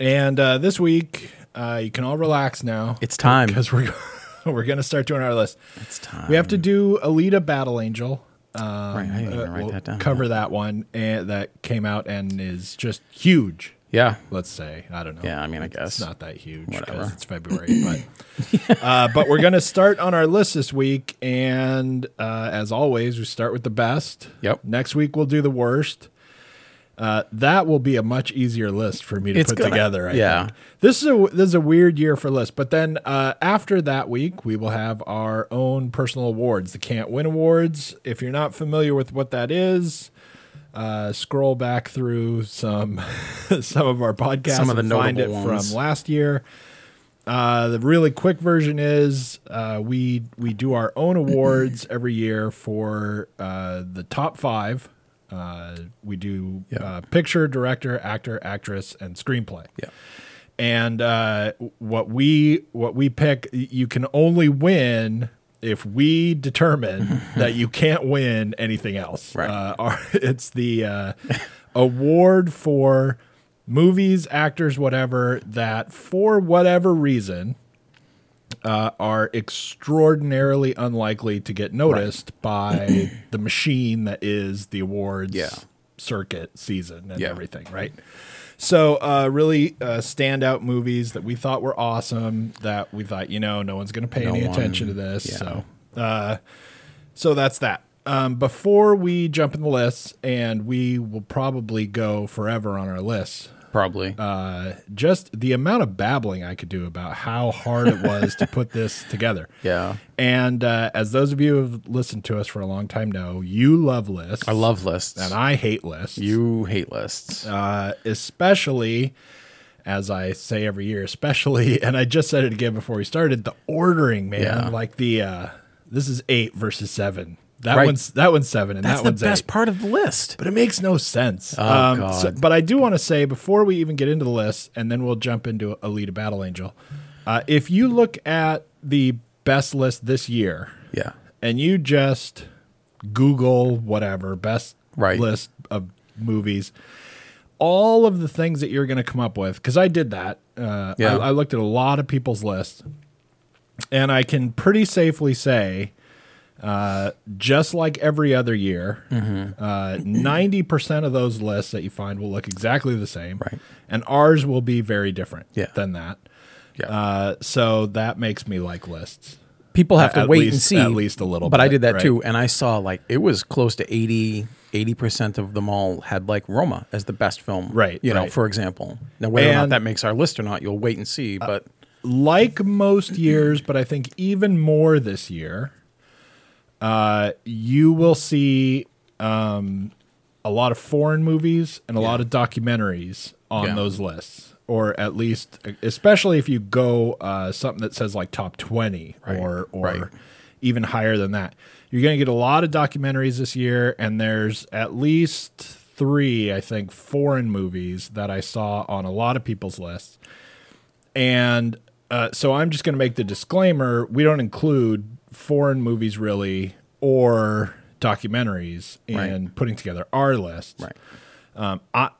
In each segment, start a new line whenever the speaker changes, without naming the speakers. And uh, this week, uh, you can all relax now
It's time.
because we're we're gonna start doing our list.
It's time.
We have to do Alita Battle Angel. Um,
I didn't even
uh,
write
we'll
that down.
Cover that one and that came out and is just huge.
Yeah.
Let's say I don't know.
Yeah, I mean, I
It's-
guess.
it's not that huge because
Whatever.
it's February, but uh, but we're gonna start on our list this week, and uh, as always, we start with the best.
Yep.
Next week we'll do the worst. Uh, that will be a much easier list for me to
It's
put
gonna-
together. I
yeah.
think. this is a this is a weird year for lists. But then uh, after that week, we will have our own personal awards, the Can't Win Awards. If you're not familiar with what that is, uh, scroll back through some some of our podcasts.
Some of the
and find it
notable ones.
from last year. Uh, the really quick version is uh, we we do our own awards every year for uh, the top five. Uh, we do
Yeah.
uh, picture, director, actor, actress, and screenplay.
Yeah.
And uh, what we what we pick, y- you can only win if we determine that you can't win anything else.
Right.
Uh, our, it's the uh, award for movies, actors, whatever that for whatever reason uh, are extraordinarily unlikely to get noticed by the machine that is the awards
Yeah.
circuit season and
Yeah.
everything, right? So, uh, really uh, standout movies that we thought were awesome that we thought, you know, no one's going to pay
No
any
one-
attention to this.
yeah.
So, uh, so that's that. Um, before we jump in the lists, and we will probably go forever on our lists,
Probably.
uh, just the amount of babbling I could do about how hard it was to put this together.
yeah.
And uh, as those of you who have listened to us for a long time know, you love lists.
I love lists.
and I hate lists.
you hate lists.
uh, especially as I say every year, especially, and I just said it again before we started, the ordering, man.
Yeah.
Like the uh, this is eight versus seven. That
Right.
one's that one's seven, and
That's
that
the
one's
best
eight
part of the list.
but it makes no sense. Um,
Oh, God.
but I do want to say before we even get into the list, and then we'll jump into Elite Battle Angel. Uh, if you look at the best list this year,
Yeah.
and you just Google whatever best
Right.
list of movies, all of the things that you're going to come up with, because I did that. Uh,
Yeah.
I, I looked at a lot of people's lists, and I can pretty safely say, uh, just like every other year,
Mm-hmm.
uh, ninety percent of those lists that you find will look exactly the same,
Right.
And ours will be very different
Yeah.
than that.
Yeah.
Uh, so that makes me like lists.
People have to
at
wait and
least-
see.
at least a little
But I
bit,
did that
right.
too. And I saw like it was close to 80, 80% of them all had like Roma as the best film.
Right,
You know,
right.
for example. Now, whether or not
And- Uh,
that makes our list or not, you'll wait and see. But
like most years, but I think even more this year, uh, you will see um, a lot of foreign movies and a lot of documentaries on
Yeah.
those lists, or at least, especially if you go uh, something that says like top 20
Right,
or, or
right.
even higher than that. You're going to get a lot of documentaries this year, and there's at least three, I think, foreign movies that I saw on a lot of people's lists. And uh, so I'm just going to make the disclaimer we don't include foreign movies really or documentaries in
Right.
putting together our list.
Right.
Um, I,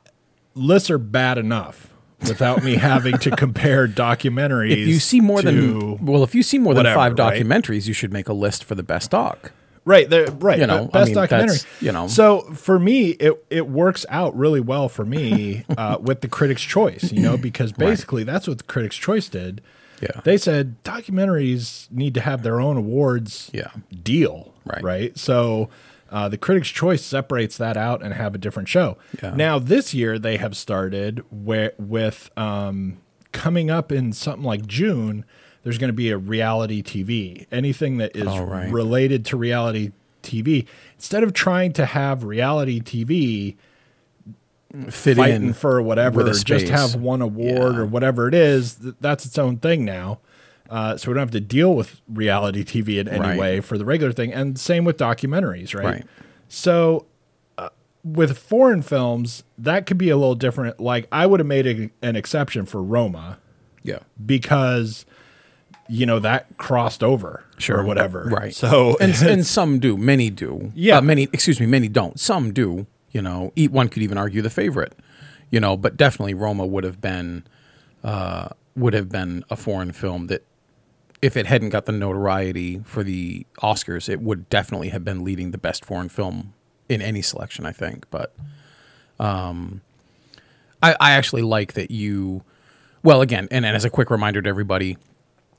lists are bad enough without me having to compare documentaries.
if you see more
to-
than, well, if you see more
whatever,
than five
right?
documentaries, you should make a list for the best doc.
Right, there, right.
You know,
but best
I mean,
documentary.
that's, you know.
so for me, it it works out really well for me uh, with the Critics' Choice, you know, because basically that's what the Critics' Choice did.
Yeah.
they said documentaries need to have their own awards.
Yeah.
deal.
Right.
right. So uh, the Critics' Choice separates that out and have a different show.
Yeah.
Now this year they have started where with um, coming up in something like June. There's going to be a reality TV. Anything that is
Oh, right.
related to reality TV. Instead of trying to have reality TV
Fit
fighting
in
for whatever,
with a
or just
space.
have one award or whatever it is, th- that's its own thing now. Uh, so we don't have to deal with reality TV in any
Right.
way for the regular thing, and same with documentaries, right?
Right.
So uh, with foreign films, that could be a little different. Like I would have made a, an exception for Roma
yeah.
because you know that crossed over or whatever,
Right.
So
and and some do, many do.
Yeah.
Uh, many. Excuse me, many don't. Some do. You know, eat one could even argue the favorite. You know, but definitely Roma would have been uh, would have been a foreign film that if it hadn't got the notoriety for the Oscars, it would definitely have been leading the best foreign film in any selection, I think. But um, I, I actually like that you. Well, again, and, and as a quick reminder to everybody,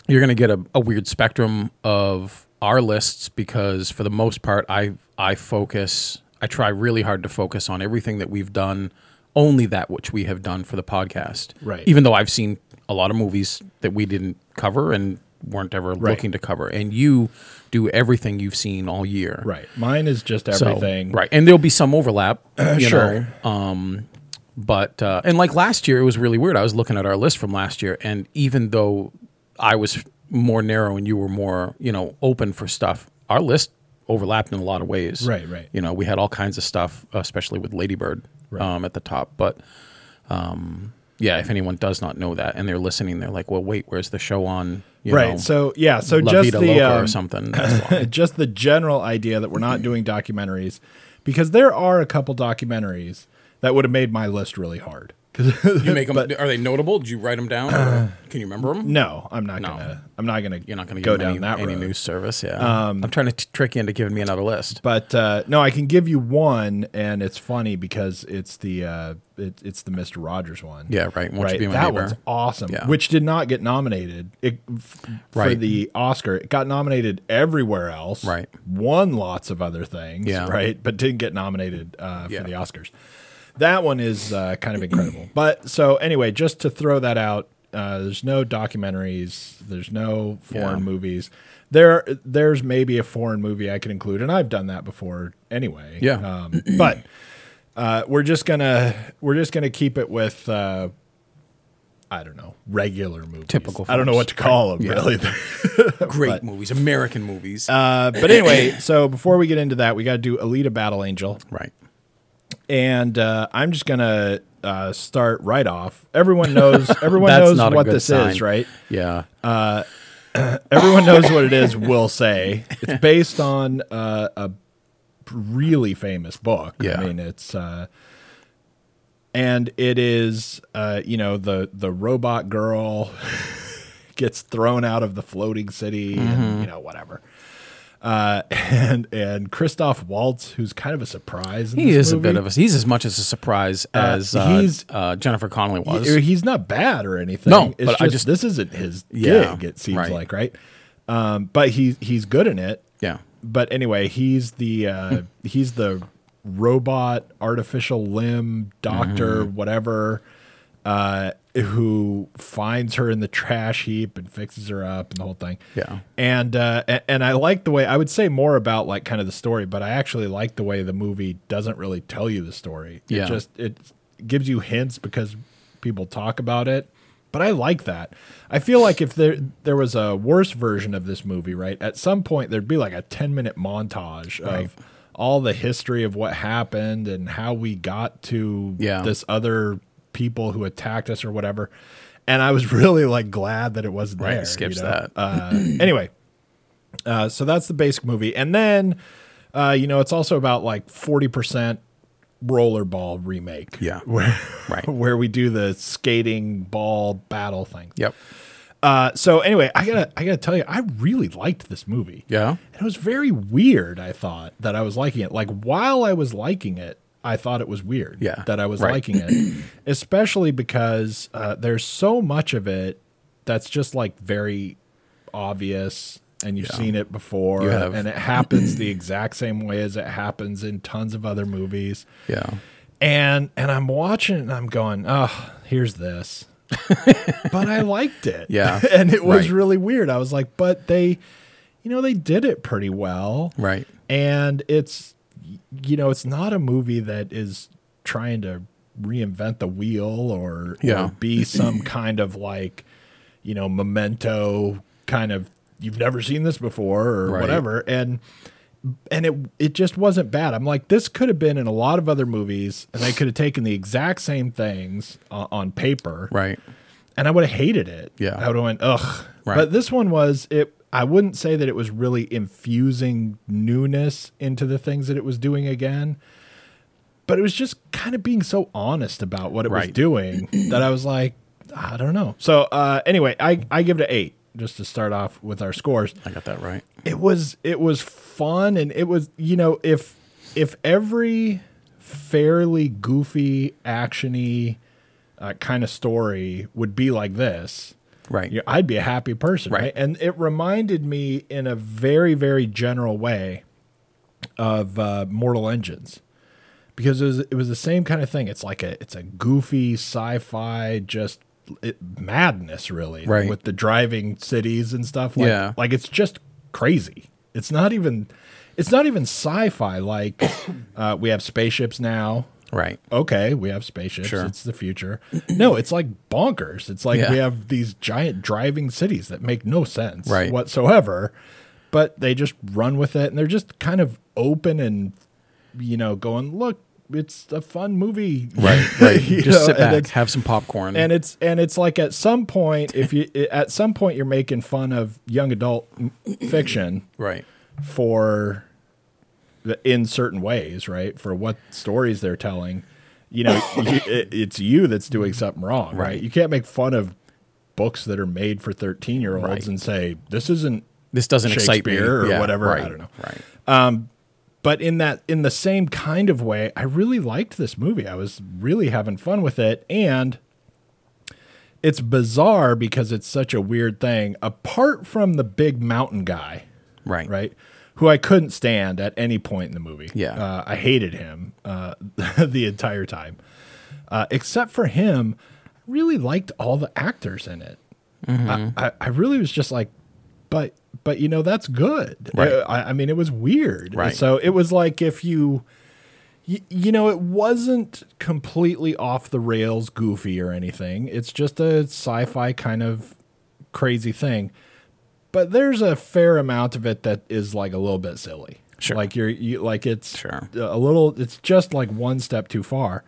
you're going to get a, a weird spectrum of our lists because for the most part i i focus i try really hard to focus on everything that we've done only that which we have done for the podcast
Right.
even though i've seen a lot of movies that we didn't cover and weren't ever looking to cover and you do everything you've seen all year
right, mine is just
So-
everything,
right and there'll be some overlap you
sure.
know um but uh, and like last year it was really weird i was looking at our list from last year and even though i was more narrow and you were more you know open for stuff our list overlapped in a lot of ways
Right, right.
you know we had all kinds of stuff especially with ladybird um, at the top but um yeah if anyone does not know that and they're listening they're like well wait where's the show on you
right.
know,
so yeah, so
La
just
Vida
the
Loca
um,
or something That's why.
just the general idea that we're not doing documentaries because there are a couple documentaries that would have made my list really hard. 'Cause-
You make them. are they notable? Did you write them down? Or can you remember them?
no, I'm not gonna. I'm not gonna.
You're not going to
go
give 'em
down
any,
that
any
road. Um,
news service. Yeah, I'm trying to t- trick you into giving me another list.
But uh, no, I can give you one, and it's funny because it's the uh, it, it's the Mister Rogers one.
Yeah, right. Won't
right.
you be my
that
neighbor?
one's awesome,
Yeah.
which did not get nominated it, f- for
Right.
the Oscar. It got nominated everywhere else.
Right.
Won lots of other things.
Yeah.
Right. But didn't get nominated uh,
Yeah.
for the Oscars. That one is uh, kind of incredible. But so anyway, just to throw that out, uh, there's no documentaries. There's no foreign
Yeah.
movies. There, there's maybe a foreign movie I could include, and I've done that before anyway.
Yeah.
Um, but uh, we're just gonna we're just gonna keep it with uh, I don't know regular movies.
Typical
I don't know
films.
what to call them
Yeah.
really.
Great movies, American movies.
uh, but anyway, so before we get into that, we got to do Alita Battle Angel,
right.
and uh, I'm just gonna uh, start right off. Everyone knows everyone
That's
knows
not a
what
good
this
sign.
is, right?
Yeah.
Everyone knows what it is. We'll say it's based on uh, a really famous book.
Yeah.
I mean it's. Uh, and it is, uh, you know, the the robot girl gets thrown out of the floating city,
Mm-hmm.
and, you know, whatever. Uh, and and Christoph Waltz, who's kind of a surprise. In
he
this
is
movie.
a bit of a. He's as much as a surprise as uh,
he's-
uh, Jennifer Connelly was.
He- he's not bad or anything.
No,
it's
but I
just,
just-
this isn't his
Yeah,
gig. It seems
right.
like right, um, but he he's good in it.
yeah.
But anyway, he's the uh, he's the robot artificial limb doctor whatever uh, who finds her in the trash heap and fixes her up and the whole thing.
Yeah.
And uh, a- and I like the way I would say more about like kind of the story, but I actually like the way the movie doesn't really tell you the story. It
Yeah.
just it gives you hints because people talk about it. But I like that. I feel like if there there was a worse version of this movie, right? At some point there'd be like a 10-minute montage of all the history of what happened and how we got to
Yeah.
this other people who attacked us or whatever. And I was really like glad that it wasn't
Right, it
there.
skips
you know?
that.
Uh, anyway, uh, so that's the basic movie, and then uh, you know it's also about like forty percent rollerball remake.
Yeah.
where,
Right.
where we do the skating ball battle thing.
Yep.
Uh, so anyway, I gotta I gotta tell you, I really liked this movie.
Yeah.
And it was very weird. I thought that I was liking it. Like while I was liking it, I thought it was weird.
Yeah,
that I was
right.
liking it, especially because uh, there's so much of it that's just like very obvious, and you've seen it before,
You have.
and it happens the exact same way as it happens in tons of other movies.
Yeah.
And and I'm watching it and I'm going, oh, here's this. but I liked it.
Yeah,
and it was
right.
really weird. I was like, but they, you know, they did it pretty well.
Right.
And it's, you know, it's not a movie that is trying to reinvent the wheel or,
Yeah.
or be some kind of like, you know, memento kind of you've never seen this before or
Right.
whatever. And and it it just wasn't bad. I'm like, this could have been in a lot of other movies, and they could have taken the exact same things uh, on paper,
Right.
and I would have hated it.
Yeah.
I would have went ugh.
Right.
But this one was it. I wouldn't say that it was really infusing newness into the things that it was doing again, but it was just kind of being so honest about what it was
Right.
doing that I was like, I don't know. So uh, anyway, I I give it an eight just to start off with our scores
I got that right.
it was it was fun and it was you know if if every fairly goofy actiony uh, kind of story would be like this
Right.
you know, i'd be a happy person right.
Right.
and it reminded me in a very very general way of uh, mortal engines because it was, it was the same kind of thing it's like a it's a goofy sci-fi just it, madness really
Right.
with the driving cities and stuff like,
Yeah.
like it's just crazy it's not even it's not even sci-fi like uh, we have spaceships now
Right.
okay we have spaceships
Sure.
it's the future no it's like bonkers it's like
Yeah.
we have these giant driving cities that make no sense
Right.
whatsoever but they just run with it and they're just kind of open and you know going look it's a fun movie
Right. Right.
You
Just
know,
sit
and
back,
it's-
have some popcorn.
and it's and it's like at some point if you at some point you're making fun of young adult m- fiction
right.
for the, in certain ways, right? For what stories they're telling, you know, you, it, it's you that's doing something wrong, right.
Right.
You can't make fun of books that are made for 13 year olds
Right.
and say, this isn't,
This doesn't excite me
Shakespeare or
Yeah,
whatever, I
Right.
don't know.
Right.
but in that, in the same kind of way, I really liked this movie. I was really having fun with it. And it's bizarre because it's such a weird thing. Apart from the big mountain guy,
Right.
right? Who I couldn't stand at any point in the movie.
Yeah.
Uh, I hated him uh, the entire time. Uh, except for him, I really liked all the actors in it.
Mm-hmm.
I, I, I really was just like, but but you know that's good. Uh,
Right.
I, I mean, it was weird.
Right.
So it was like if you. y- You know, it wasn't completely off the rails, goofy or anything. It's just a sci-fi kind of crazy thing but there's a fair amount of it that is like a little bit silly.
Sure.
Like you're you, like it's
Sure.
a little. It's just like one step too far,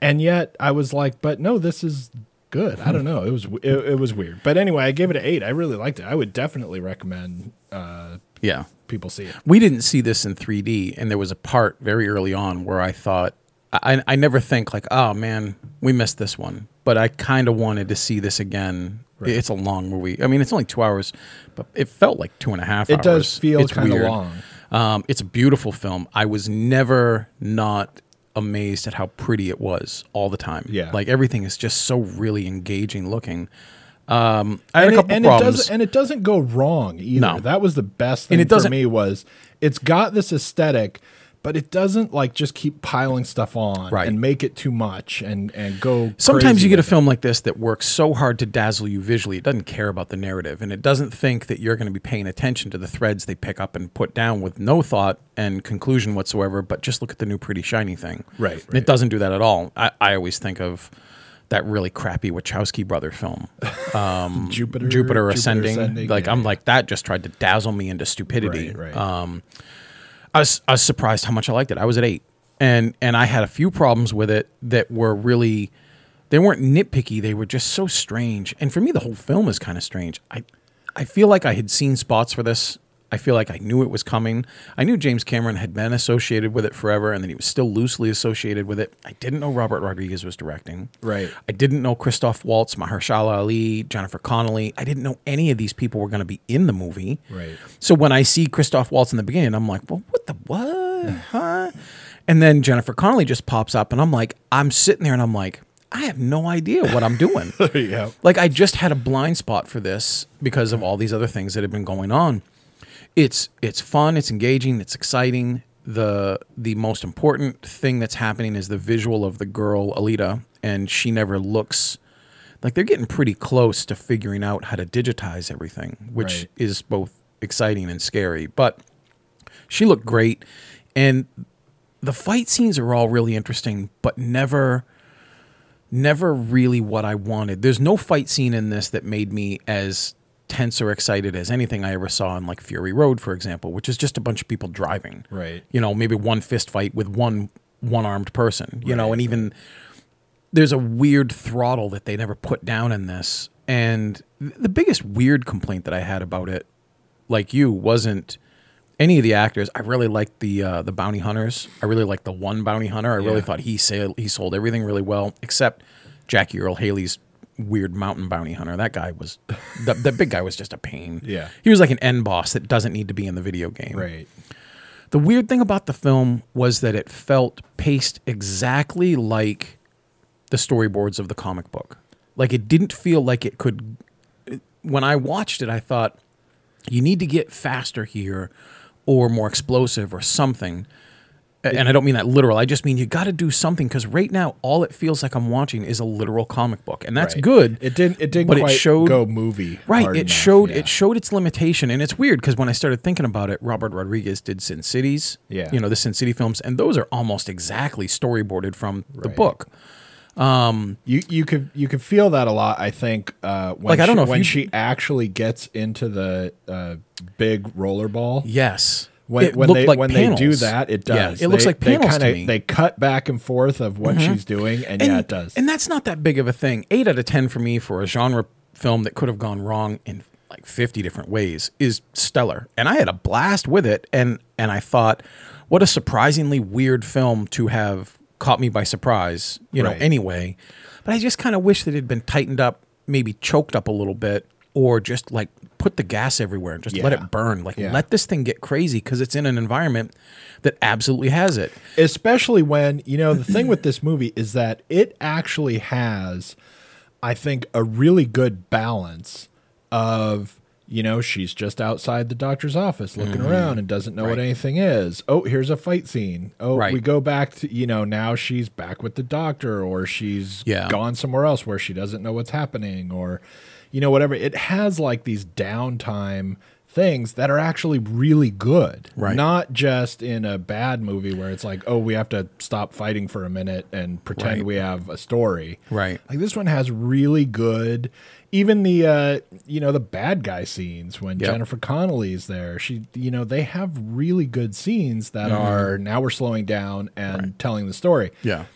and yet I was like, but no, this is good. I
Hmm.
don't know. It was it, it was weird, but anyway, I gave it an eight. I really liked it. I would definitely recommend uh,
Yeah.
people see it.
we didn't see this in 3D, and there was a part very early on where I thought I, I never think like, oh man, we missed this one, but I kind of wanted to see this again. It's a long movie. I mean, it's only two hours, but it felt like two and a half.
It does
hours.
feel
It's
kinda
weird.
long.
Um, it's a beautiful film. I was never not amazed at how pretty it was all the time.
Yeah.
like everything is just so really engaging looking. Um, I had
and
a couple
it, and
problems.
It doesn't, and it doesn't go wrong either.
No.
That was the best thing
it
for
doesn't-
me was it's got this aesthetic, but it doesn't like just keep piling stuff on
Right.
and make it too much and and go.
Sometimes
crazy
you get a
with
film like this that works so hard to dazzle you visually, it doesn't care about the narrative and it doesn't think that you're going to be paying attention to the threads they pick up and put down with no thought and conclusion whatsoever, but just look at the new pretty shiny thing.
Right,
And
right.
It doesn't do that at all. I, I always think of that really crappy Wachowski brother film, um,
Jupiter-
Jupiter,
Jupiter
Ascending.
Ascending,
Like,
yeah,
I'm like, that just tried to dazzle me into stupidity.
Right, right.
Um, I was, I was surprised how much I liked it. I was at eight, and and I had a few problems with it that were really, they weren't nitpicky. They were just so strange. And for me, the whole film is kind of strange. I, I feel like I had seen spots for this. I feel like I knew it was coming. I knew James Cameron had been associated with it forever, and that he was still loosely associated with it. I didn't know Robert Rodriguez was directing.
Right.
I didn't know Christoph Waltz, Mahershala Ali, Jennifer Connelly. I didn't know any of these people were going to be in the movie.
Right.
So when I see Christoph Waltz in the beginning, I'm like, well, what the what? Huh? And then Jennifer Connelly just pops up, and I'm like, I'm sitting there and I'm like, I have no idea what I'm doing.
it. yeah.
like, I just had a blind spot for this because of all these other things that have been going on. It's it's fun, it's engaging, it's exciting. The the most important thing that's happening is the visual of the girl Alita, and she never looks like they're getting pretty close to figuring out how to digitize everything, which
Right.
is both exciting and scary. But she looked great, and the fight scenes are all really interesting, but never never really what I wanted. There's no fight scene in this that made me as tense or excited as anything I ever saw in like Fury Road, for example, which is just a bunch of people driving.
Right.
You know, maybe one fist fight with one one armed person. You know, and even there's a weird throttle that they never put down in this. And th- the biggest weird complaint that I had about it, like you, wasn't any of the actors. I really liked the uh, the bounty hunters. I really liked the one bounty hunter. I
Yeah.
really thought he sail- he sold everything really well, except Jackie Earl Haley's weird mountain bounty hunter. That guy was the, the big guy was just a pain.
Yeah.
he was like an end boss that doesn't need to be in the video game.
Right.
The weird thing about the film was that it felt paced exactly like the storyboards of the comic book. Like it didn't feel like it could. When I watched it, I thought, you need to get faster here or more explosive or something. A- And I don't mean that literal. I just mean you got to do something because right now, all it feels like I'm watching is a literal comic book. And that's
Right.
good.
It didn't. It didn't
But it
quite
showed-
go movie.
Right.
hard
It
enough,
showed
yeah.
it showed its limitation, and it's weird because when I started thinking about it, Robert Rodriguez did Sin Cities.
Yeah.
You know the Sin City films, and those are almost exactly storyboarded from the
Right.
book.
you you could you could feel that a lot. I think. Uh, when
Like, I don't
she,
know if
when
you-
she actually gets into the uh, big rollerball.
Yes.
When,
It
when
looked
they
like
when
panels.
they do that, it
Yeah,
does.
it looks
They-
like
They
panels to
kinda-
me. Mm-hmm.
they cut back and forth of what she's doing, and, yeah, it does.
And that's not that big of a thing. Eight out of ten for me for a genre film that could have gone wrong in like fifty different ways is stellar. And I had a blast with it. And and I thought, what a surprisingly weird film to have caught me by surprise. You know,
Right.
anyway. But I just kind of wish that it had been tightened up, maybe choked up a little bit, or just like put the gas everywhere and just let
Yeah.
it burn. Like
Yeah.
let this thing get crazy because it's in an environment that absolutely has it.
especially when you know the thing with this movie is that it actually has i think a really good balance of you know she's just outside the doctor's office looking
Mm-hmm.
around and doesn't know what anything is oh here's a fight scene oh
Right.
we go back to you know now she's back with the doctor or she's
Yeah.
gone somewhere else where she doesn't know what's happening or you know whatever it has like these downtime things that are actually really good
Right.
not just in a bad movie where it's like, oh, we have to stop fighting for a minute and pretend
Right.
we have a story.
Right.
Like this one has really good, even the uh, you know the bad guy scenes when
Yep.
Jennifer Connelly's there. She, you know, they have really good scenes that
Mm-hmm.
are now we're slowing down and telling the story.
Yeah.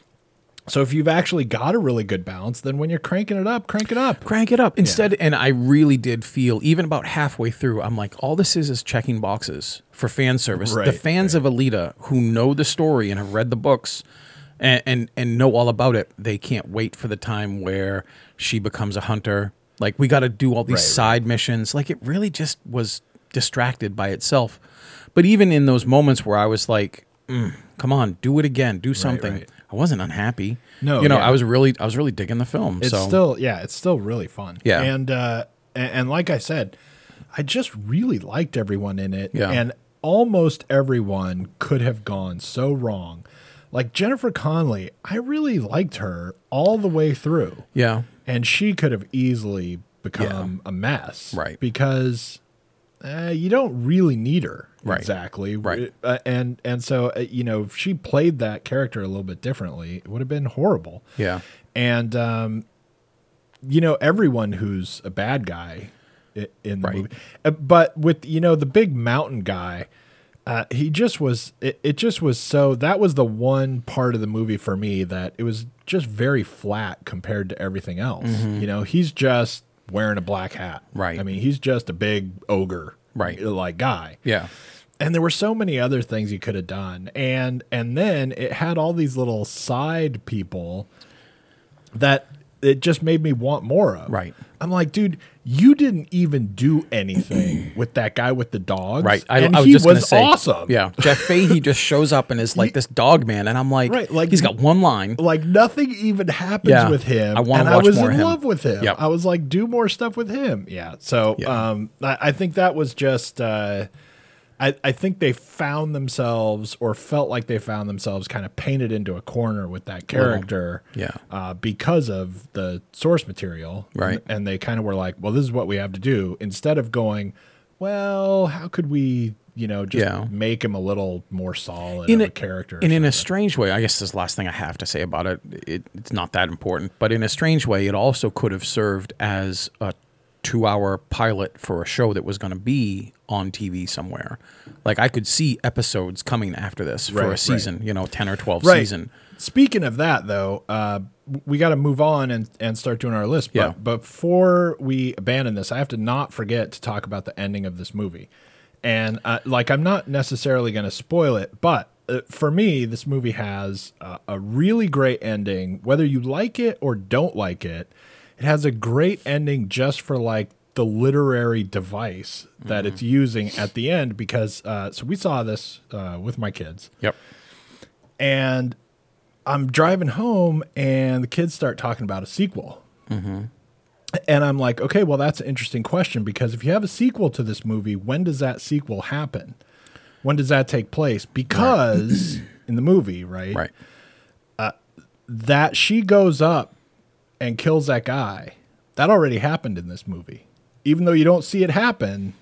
So if you've actually got a really good balance, then when you're cranking it up, crank it up.
crank it up instead and i really did feel even about halfway through i'm like all this is is checking boxes for fan service the
Right,
fans of alita who know the story and have read the books and, and and know all about it they can't wait for the time where she becomes a hunter like we got to do all these
Right, right.
side missions like it really just was distracted by itself but even in those moments where i was like mm, come on do it again do something
right.
i wasn't unhappy
No,
you know
yeah.
i was really i was really digging the film
It's
so
still yeah, it's still really fun.
Yeah.
And uh a- and, like I said, I just really liked everyone in it.
Yeah.
And almost everyone could have gone so wrong. Like Jennifer Conley, I really liked her all the way through.
yeah
And she could have easily become a mess.
Right.
Because uh, you don't really need her
Right.
exactly
Right.
uh, and and so uh, you know if she played that character a little bit differently it would have been horrible
yeah
and um, you know everyone who's a bad guy i- in the
Right.
movie, Uh, but with you know the big mountain guy, uh, he just was. It, it just was so. That was the one part of the movie for me that it was just very flat compared to everything else. You know, he's just wearing a black hat.
Mm-hmm. Right.
I mean, he's just a big ogre.
Right.
Like guy
yeah
and there were so many other things you could have done and and then it had all these little side people that it just made me want more of
Right.
i'm like dude you didn't even do anything with that guy with the dogs
Right.
I,
I,
and
I was
he
just gonna
was
say,
awesome
Yeah. Jeff Fahey just shows up and is like this dog man. And I'm like,
Right, like-
he's got one line.
like nothing even happens
Yeah.
with him
I wanna
and i
watch
was
more
in
of him.
love with him
Yep.
i was like do more stuff with him yeah so
Yeah.
um I, I think that was just uh I, I think they found themselves or felt like they found themselves kind of painted into a corner with that character
yeah.
uh, because of the source material
Right.
and, and they kind of were like well this is what we have to do instead of going well how could we you know, just
Yeah.
make him a little more solid
In
of a,
a-
character. or
And in a
something.
strange way, I guess this is the last thing I have to say about it, it, it's not that important, but in a strange way, it also could have served as a two hour pilot for a show that was going to be on TV somewhere. Like I could see episodes coming after this
Right,
for a
right.
season, you know, 10 or 12
Right.
season.
Speaking of that, though, uh, we got to move on and, and start doing our list. But
Yeah.
before we abandon this, I have to not forget to talk about the ending of this movie. And uh, like, I'm not necessarily going to spoil it, but uh, for me, this movie has uh, a really great ending. Whether you like it or don't like it, it has a great ending just for like the literary device that
Mm-hmm.
it's using at the end. Because uh, so we saw this uh, with my kids
Yep.
and I'm driving home, and the kids start talking about a sequel. And I'm like, okay, well, that's an interesting question because if you have a sequel to this movie, when does that sequel happen? When does that take place? Because in the movie, right,
Right.
that she goes up and kills that guy, that already happened in this movie. Even though you don't see it happen,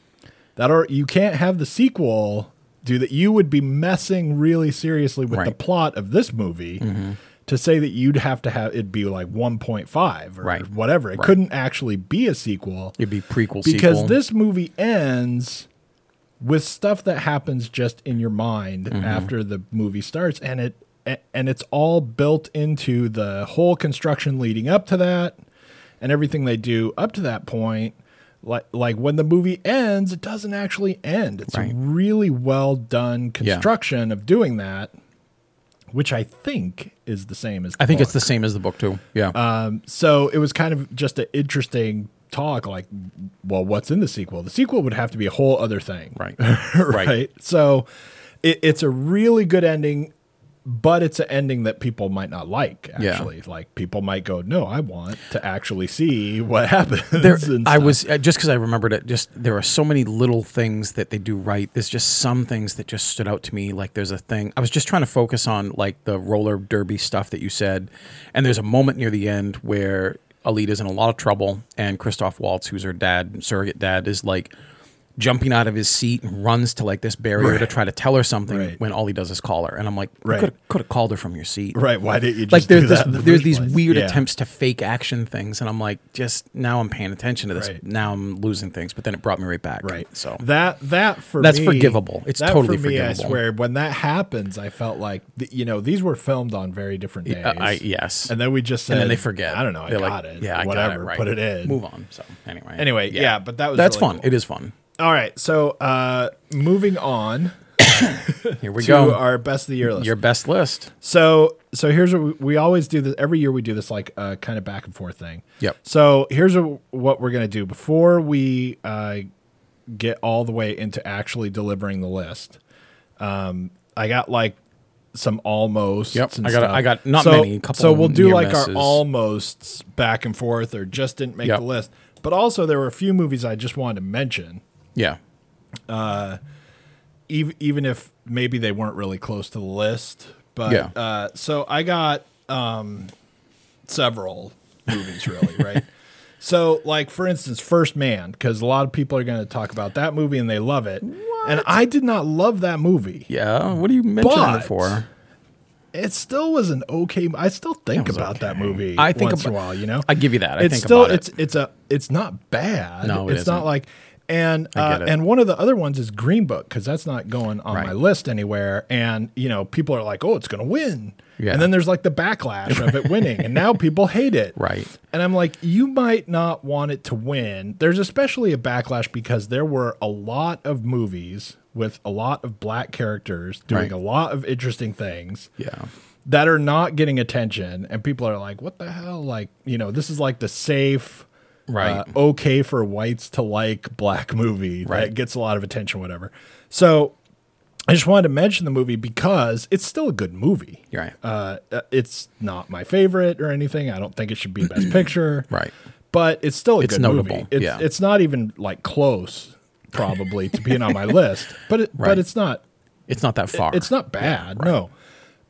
that are you can't have the sequel do that. You would be messing really seriously with the
Right. Mm-hmm.
plot of this movie to say that you'd have to have it be like 1.5 or
Right.
whatever. It
Right.
couldn't actually be a sequel
It'd be prequel
because
sequel.
this movie ends with stuff that happens just in your mind
Mm-hmm.
after the movie starts and it a- and it's all built into the whole construction leading up to that and everything they do up to that point like like when the movie ends it doesn't actually end it's
Right.
a really well done construction of doing that which i think is the same as the
I think
book Uh,
it's the same as the book too. Yeah.
so it was kind of just an interesting talk like well what's in the sequel the sequel would have to be a whole other thing
right.
right, so it, it's a really good ending but it's an ending that people might not like
Yeah.
actually like people might go no i want to actually see what happens
There,
and
I
stuff.
was uh, just because I remembered it. Just there are so many little things that they do right. There's just some things that just stood out to me. Like there's a thing I was just trying to focus on, like the roller derby stuff that you said. And there's a moment near the end where Alita's in a lot of trouble, and Christoph Waltz, who's her dad, surrogate dad, is like jumping out of his seat and runs to like this barrier to try to tell her something
Right.
when all he does is call her. And I'm like,
Right.
right. could have called her from your seat
right why didn't you just
like there's
do
this,
that in the
there's
first
these
place?
weird
Yeah.
attempts to fake action things, and I'm like, just now I'm paying attention to this.
Right.
Now I'm losing things, but then it brought me right back.
Right.
So
that that for
That's
me-
forgivable. It's
that
totally
for me, I
forgivable.
swear, when that happens, I felt like th- you know these were filmed on very different days.
uh, I, yes,
And then we just said,
And then they forget.
I don't know. I
They're like,
got it.
Yeah, I
whatever.
got it. Right.
Put it in.
Move on. So anyway,
Anyway, yeah. but that was
that's
really
fun.
cool.
It is fun.
All right, so uh, moving on
Here we
to
go.
our best of the year list.
Your best list.
So, so here's what we, we always do. This every year we do this like uh, kind of back and forth thing.
Yep.
So here's what what we're gonna do before we uh, get all the way into actually delivering the list. Um, I got like some almost.
Yep,
And
I got-
stuff.
I got not
so,
many, a couple
so we'll do
near
like
misses.
our almosts back and forth, or just didn't make
Yep.
the list. But also there were a few movies I just wanted to mention
Yeah.
even even if maybe they weren't really close to the list. But
Yeah.
uh, so I got um, several movies really, right? So like for instance, First Man, because a lot of people are going to talk about that movie and they love it, and I did not love that movie.
Yeah. What are you mentioning
But-
it for?
It still was an okay. I still think
It was
about that
okay.
movie.
I think
once in a
about-
while, you know.
I give you that. I
it's
think
still
about it.
it's it's a it's not bad.
No, it
it's not
isn't.
like and uh,
get it.
and one of the other ones is Green Book because that's not going on
Right.
my list anywhere. And you know, people are like, oh, it's going to win.
Yeah.
And then there's like the backlash of it winning, and now people hate it.
Right.
And I'm like, you might not want it to win. There's especially a backlash because there were a lot of movies with a lot of black characters doing
Right.
a lot of interesting things
Yeah.
that are not getting attention and people are like what the hell like you know this is like the safe
Right.
uh, okay for whites to like black movie that
Right.
gets a lot of attention whatever so i just wanted to mention the movie because it's still a good movie
You're right.
uh, uh, it's not my favorite or anything i don't think it should be best picture
Right.
but it's still a
It's
good movie
notable,
it's,
yeah.
it's not even like close probably to being on my list but it, but
Right.
it's not
It's not that far.
it's not bad, no.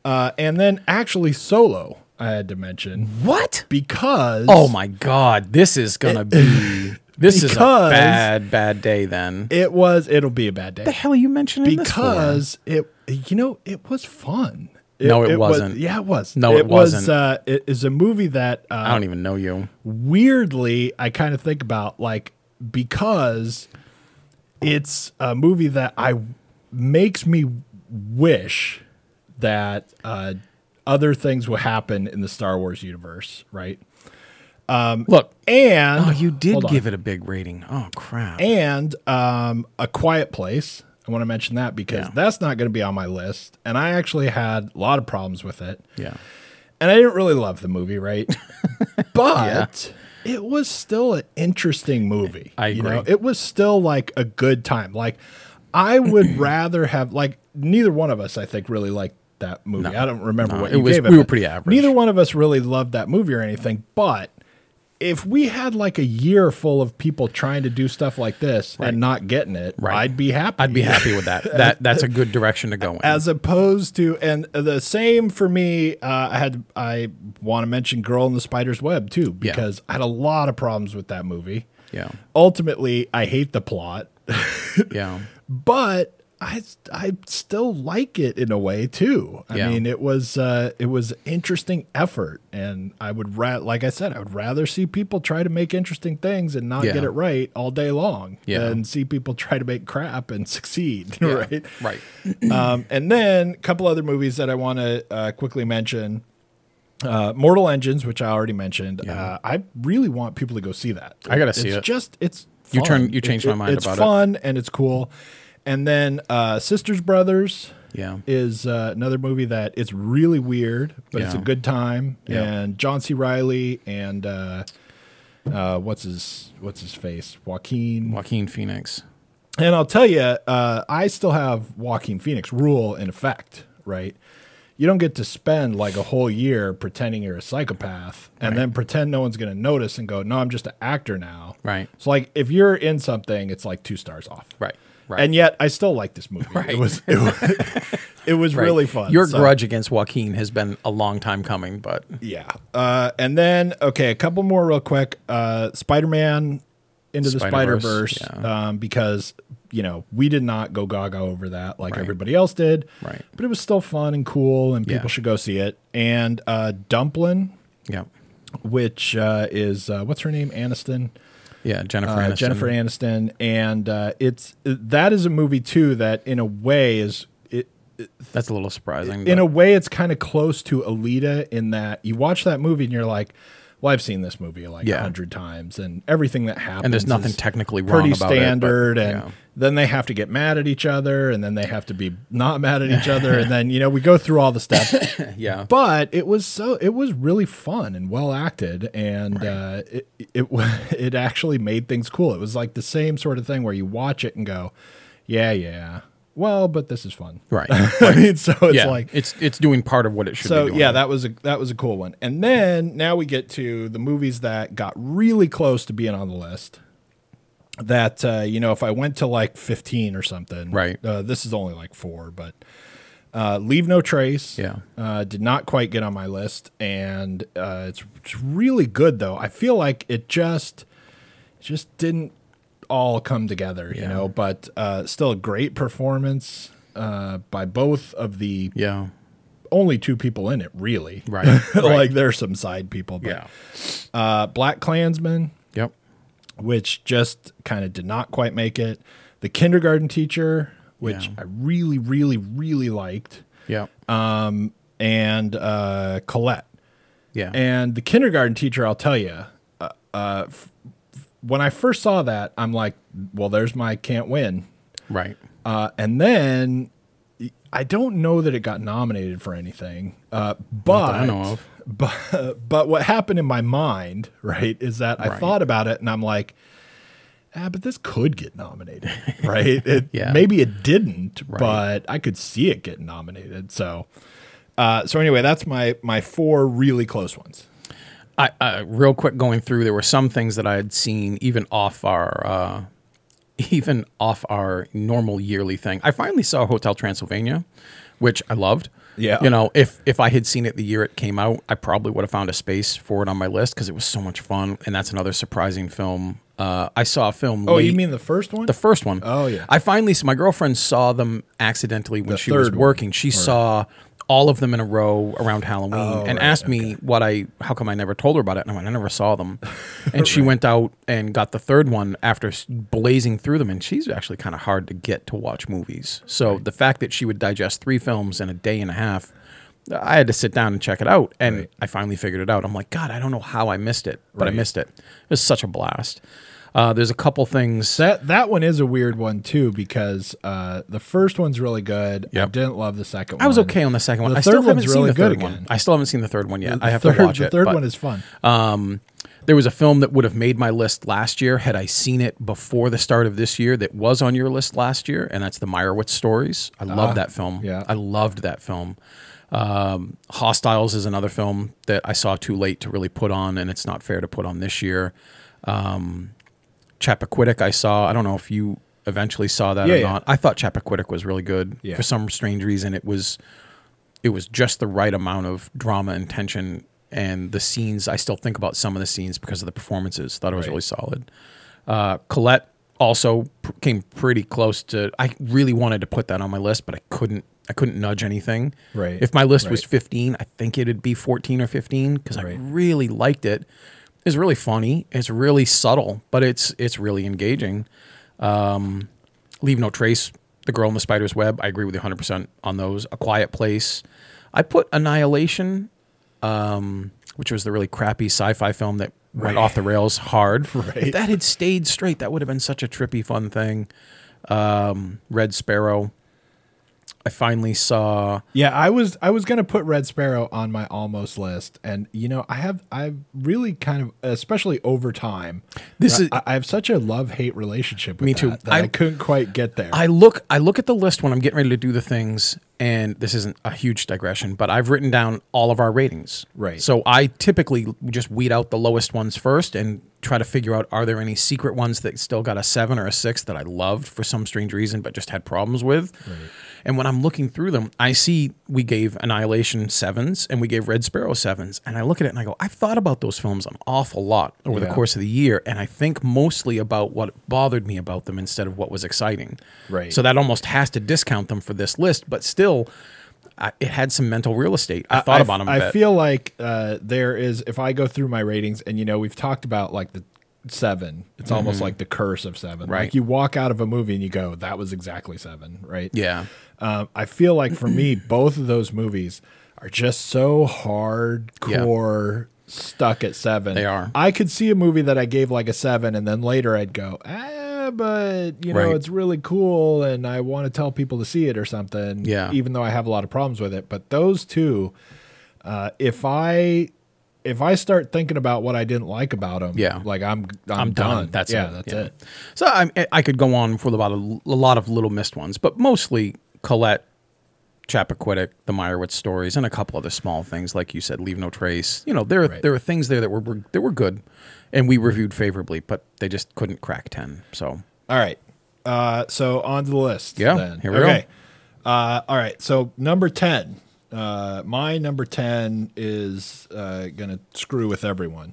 Uh, and then actually, Solo, I had to mention
What?
because
Oh my God! This is gonna be This is a
Because-
bad, bad day then.
It was. It'll be a bad day
the hell are you mentioning this
because it. You know, it was fun.
No, it
was-
wasn't.
yeah, it was.
No, it
Was,
wasn't.
uh, it is a movie that
for? I
uh,
don't even know you.
weirdly I kind of think about like because it's a movie that I makes me wish that uh, other things will happen in the Star Wars universe, right?
Look,
And
oh, you did
hold on.
give it a big rating. Oh crap!
and um, a quiet place. I want to mention that because
Yeah.
that's not going to be on my list, and I actually had a lot of problems with it,
yeah,
and I didn't really love the movie, right? but it was still an interesting movie.
I agree.
it was still like a good time. Like I would rather have like neither one of us, I think, really liked that movie. I don't remember
no,
what
it
you
was-
gave it.
we were
but
pretty average.
Neither one of us really loved that movie or anything, but if we had like a year full of people trying to do stuff like this and not getting it,
Right.
I'd be happy.
I'd be happy with that. That that's a good direction to go in.
as opposed to and the same for me uh, i had i want to mention girl in the spider's web too because i had a lot of problems with that movie
yeah,
ultimately i hate the plot
yeah.
but i i still like it in a way too i
Yeah.
mean it was uh it was interesting effort and i would ra- like i said i would rather see people try to make interesting things and not
Yeah.
get it right all day long
Yeah.
than see people try to make crap and succeed
yeah,
right
Right.
um, and then a couple other movies that I want to uh, quickly mention. Uh, Mortal Engines, which I already mentioned. Uh, I really want people to go see that.
I gotta see
it's
it.
Just it's
You
fun.
turn- you changed my mind
it's
about it.
fun and it's cool. And then uh, Sisters Brothers
Yeah.
is uh, another movie that it's really weird, but it's a
Yeah.
good time.
Yeah.
And John C. Riley and uh, uh, what's his what's his face Joaquin
Joaquin Phoenix.
and I'll tell you, uh, I still have Walking Phoenix rule in effect, right? You don't get to spend like a whole year pretending you're a psychopath and then pretend no one's going to notice and go, no, I'm just an actor now.
Right.
So, like, if you're in something, it's like two stars off.
Right. Right.
And yet, I still like this movie. It was, it was, it was
Right.
really fun.
Your
So-
grudge against Joaquin has been a long time coming, but
Yeah. Uh, and then, okay, a couple more real quick. Uh, Spider Man into the Spider
Spider-Verse,
Verse, um, because, you know, we did not go gaga over that like everybody else did.
Right.
But it was still fun and cool, and people
Yeah.
should go see it. And uh, Dumplin',
yeah,
which uh, is, uh, what's her name? Aniston.
yeah. Jennifer
Uh,
Aniston.
Jennifer Aniston, and uh, it's that is a movie too that in a way is it,
That's a little surprising.
in
but-
a way, it's kind of close to Alita in that you watch that movie and you're like, "Well, I've seen this movie like a
Yeah.
hundred times, and everything that happens
and there's nothing
is
technically wrong
pretty
about
standard."
it. but-
and
yeah.
then they have to get mad at each other, and then they have to be not mad at each other, and then you know we go through all the steps.
Yeah.
but it was so it was really fun and well acted, and uh, it it wa- it actually made things cool. It was like the same sort of thing where you watch it and go, "Yeah, yeah." Well, but this is fun.
Right.
I mean, so it's
yeah.
like
it's it's doing part of what it should
so
be doing.
yeah, that was a that was a cool one. And then now we get to the movies that got really close to being on the list. That uh, you know, if I went to like fifteen or something,
Right.
Uh, this is only like four, but uh, leave no trace.
Yeah.
uh, did not quite get on my list, and uh, it's, it's really good though. I feel like it just just didn't all come together, you know. But uh, still, a great performance uh, by both of the
Yeah.
only two people in it, really.
Right.
like there's some side people, but
Yeah.
uh, Black Klansman,
Yep.
which just kind of did not quite make it. The Kindergarten Teacher, which
Yeah.
I really, really, really liked,
Yep.
Um, and uh, Colette.
yeah.
And the Kindergarten Teacher, I'll tell you, uh, uh, f- f- when I first saw that, I'm like, well, there's my can't win.
right.
Uh, and then I don't know that it got nominated for anything, uh, but
I know of.
But but what happened in my mind, right, is that I
Right.
thought about it and I'm like, ah, but this could get nominated, right? It,
Yeah.
Maybe it didn't, but I could see it getting nominated. So uh, so anyway, that's my my four really close ones.
I, I real quick going through there were some things that I had seen even off our uh, even off our normal yearly thing. I finally saw Hotel Transylvania, which I loved.
Yeah.
You know, if if I had seen it the year it came out, I probably would have found a space for it on my list because it was so much fun. And that's another surprising film Uh, I saw a film.
Oh,
late-
you mean the first one?
the first one?
Oh, yeah.
I finally. s- my girlfriend saw them accidentally when
The
she was
third one.
working. She saw all of them in a row around Halloween and
Oh, right,
asked me what I. How come I never told her about it? And I went, I never saw them. And she went out and got the third one after s- blazing through them. And she's actually kind of hard to get to watch movies. So the fact that she would digest three films in a day and a half. I had to sit down and check it out, and I finally figured it out. I'm like, God, I don't know how I missed it, but I
Right.
missed it. It was such a blast. Uh, there's a couple things.
that that one is a weird one too because uh, the first one's really good. I
Yep.
didn't love the second one.
I was okay on the second one.
The
I still
third
haven't
one's
seen
really
the third
good again.
one. I still haven't seen the third one yet. I have
third,
to watch
the
it.
third
but,
one is fun.
Um, there was a film that would have made my list last year had I seen it before the start of this year. That was on your list last year, and that's the Meyerowitz stories. I love that film.
Ah, yeah.
I loved that film. Um, Hostiles is another film that I saw too late to really put on, and it's not fair to put on this year. Um, Chappaquiddick, I saw. I don't know if you eventually saw that
Yeah,
or
yeah.
not. I thought Chappaquiddick was really good.
Yeah.
For some strange reason, it was it was just the right amount of drama and tension. And the scenes, I still think about some of the scenes because of the performances. Thought it was
Right.
really solid. Uh, Colette also pr- came pretty close to. I really wanted to put that on my list, but I couldn't. I couldn't nudge anything.
Right.
If my list was
Right.
15, I think it'd be 14 or 15 because I
Right.
really liked it. It's really funny. It's really subtle, but it's it's really engaging. Leave No Trace, The Girl in the Spider's Web. I agree with you 100% on those. A Quiet Place. I put Annihilation, um, which was the really crappy sci fi film that
Right.
went off the rails hard.
Right.
If that had stayed straight, that would have been such a trippy, fun thing. Um, Red Sparrow. I finally saw.
Yeah, I was I was gonna put Red Sparrow on my almost list, and you know I have I really kind of especially over time.
This
I,
is-
I, I have such a love hate relationship. with
Me too.
that that I,
I-
couldn't quite get there.
I look I look at the list when I'm getting ready to do the things, and this isn't a huge digression, but I've written down all of our ratings.
Right.
So I typically just weed out the lowest ones first and try to figure out are there any secret ones that still got a seven or a six that I loved for some strange reason but just had problems with. And when I'm looking through them, I see we gave Annihilation sevens and we gave Red Sparrow sevens. And I look at it and I go, I've thought about those films an awful lot over
Yeah.
the course of the year. And I think mostly about what bothered me about them instead of what was exciting.
Right.
So that almost has to discount them for this list, but still, I, it had some mental real estate. I thought
I-
about them. a
I
bit.
feel like uh, there is if I go through my ratings, and you know we've talked about like the seven. It's almost like the curse of seven. Like
Mm-hmm. Right.
you walk out of a movie and you go, "That was exactly seven, right?
yeah,
Um, I feel like for me, both of those movies are just so hardcore stuck at seven.
They are.
I could see a movie that I gave like a seven, and then later I'd go, ah, but you know,
Right.
it's really cool, and I want to tell people to see it or something.
Yeah.
Even though I have a lot of problems with it, but those two, uh, if I if I start thinking about what I didn't like about them,
Yeah.
like I'm I'm,
I'm done.
done.
That's
yeah,
it.
that's
Yeah.
it.
So I, I could go on for about a, a lot of little missed ones, but mostly Colette, Chappaquiddick, the Meyerowitz stories, and a couple other small things like you said, Leave No Trace. You know, there are
Right.
there are things there that were, were that were good, and we reviewed favorably, but they just couldn't crack ten. So
All right. Uh, so on to the list.
Yeah,
Then.
here we
go. Uh, all right. So number ten. Uh, my number ten is uh, gonna screw with everyone.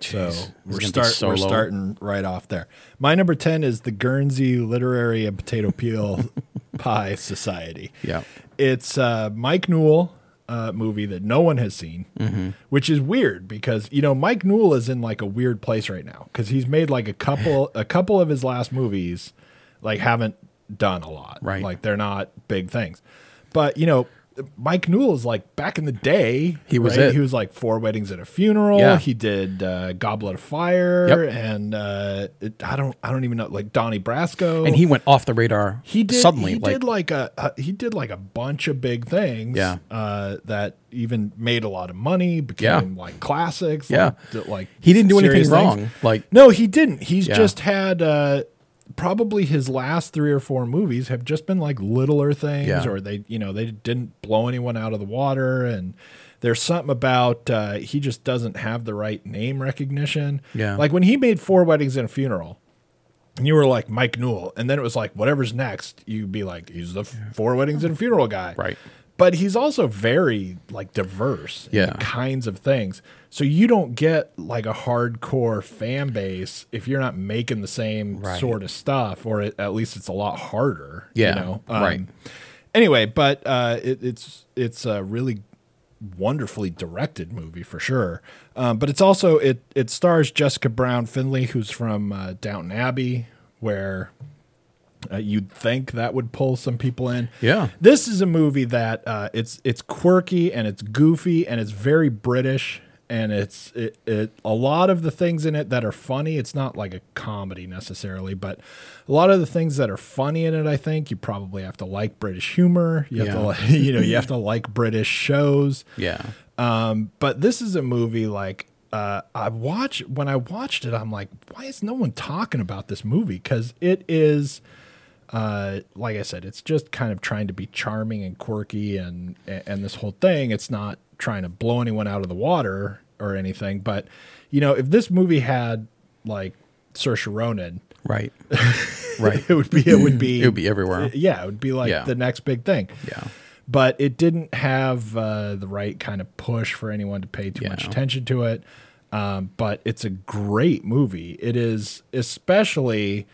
Jeez,
so
it's
we're
gonna be
start
so
we're
low.
starting right off there. My number ten is the Guernsey Literary and Potato Peel Pie Society.
Yeah.
It's a Mike Newell uh, movie that no one has seen,
Mm-hmm.
which is weird because you know Mike Newell is in like a weird place right now because he's made like a couple a couple of his last movies like haven't done a lot,
Right.
Like they're not big things, but you know. Mike Newell is like back in the day.
He was
right?
it.
He was like four weddings at a funeral.
Yeah.
He did uh, Goblet of Fire
Yep.
and uh, it- I don't I don't even know like Donnie Brasco.
and he went off the radar.
He did.
suddenly,
he
like
did like a, uh, he did like a bunch of big things.
Yeah.
Uh, that even made a lot of money. Became like classics.
Yeah.
Like, th- like
He didn't do anything
serious things.
wrong, like-
no, he didn't. He's
Yeah.
just had uh, probably his last three or four movies have just been like littler things,
Yeah.
or they you know they didn't blow anyone out of the water and. There's something about uh, he just doesn't have the right name recognition.
Yeah.
Like when he made Four Weddings and a Funeral, and you were like Mike Newell, and then it was like whatever's next, you'd be like he's the f- four weddings and a funeral guy,
Right.
but he's also very like diverse in
Yeah.
the kinds of things. So you don't get like a hardcore fan base if you're not making the same
Right.
sort of stuff, or it, at least it's a lot harder.
Yeah,
you know? Um,
right.
Anyway, but uh, it, it's it's a really wonderfully directed movie for sure. Um, but it's also it it stars Jessica Brown Finley, who's from uh, Downton Abbey, where uh, you'd think that would pull some people in.
Yeah.
this is a movie that uh, it's it's quirky and it's goofy and it's very British and it's it, it a lot of the things in it that are funny. It's not like a comedy necessarily, but a lot of the things that are funny in it, I think you probably have to like British humor. You have to
Yeah.
like, you know you have to like British shows.
Yeah.
Um, but this is a movie like uh, I watch when I watched it, I'm like, why is no one talking about this movie? Because it is, uh, like I said, it's just kind of trying to be charming and quirky and and this whole thing. It's not trying to blow anyone out of the water or anything. But you know, if this movie had like Saoirse Ronan,
Right. right.
it would be it would be
It would be everywhere.
yeah, it would be like
Yeah.
the next big thing
Yeah.
but it didn't have uh, the right kind of push for anyone to pay too much
Yeah.
attention to it. Um, but it's a great movie. It is, especially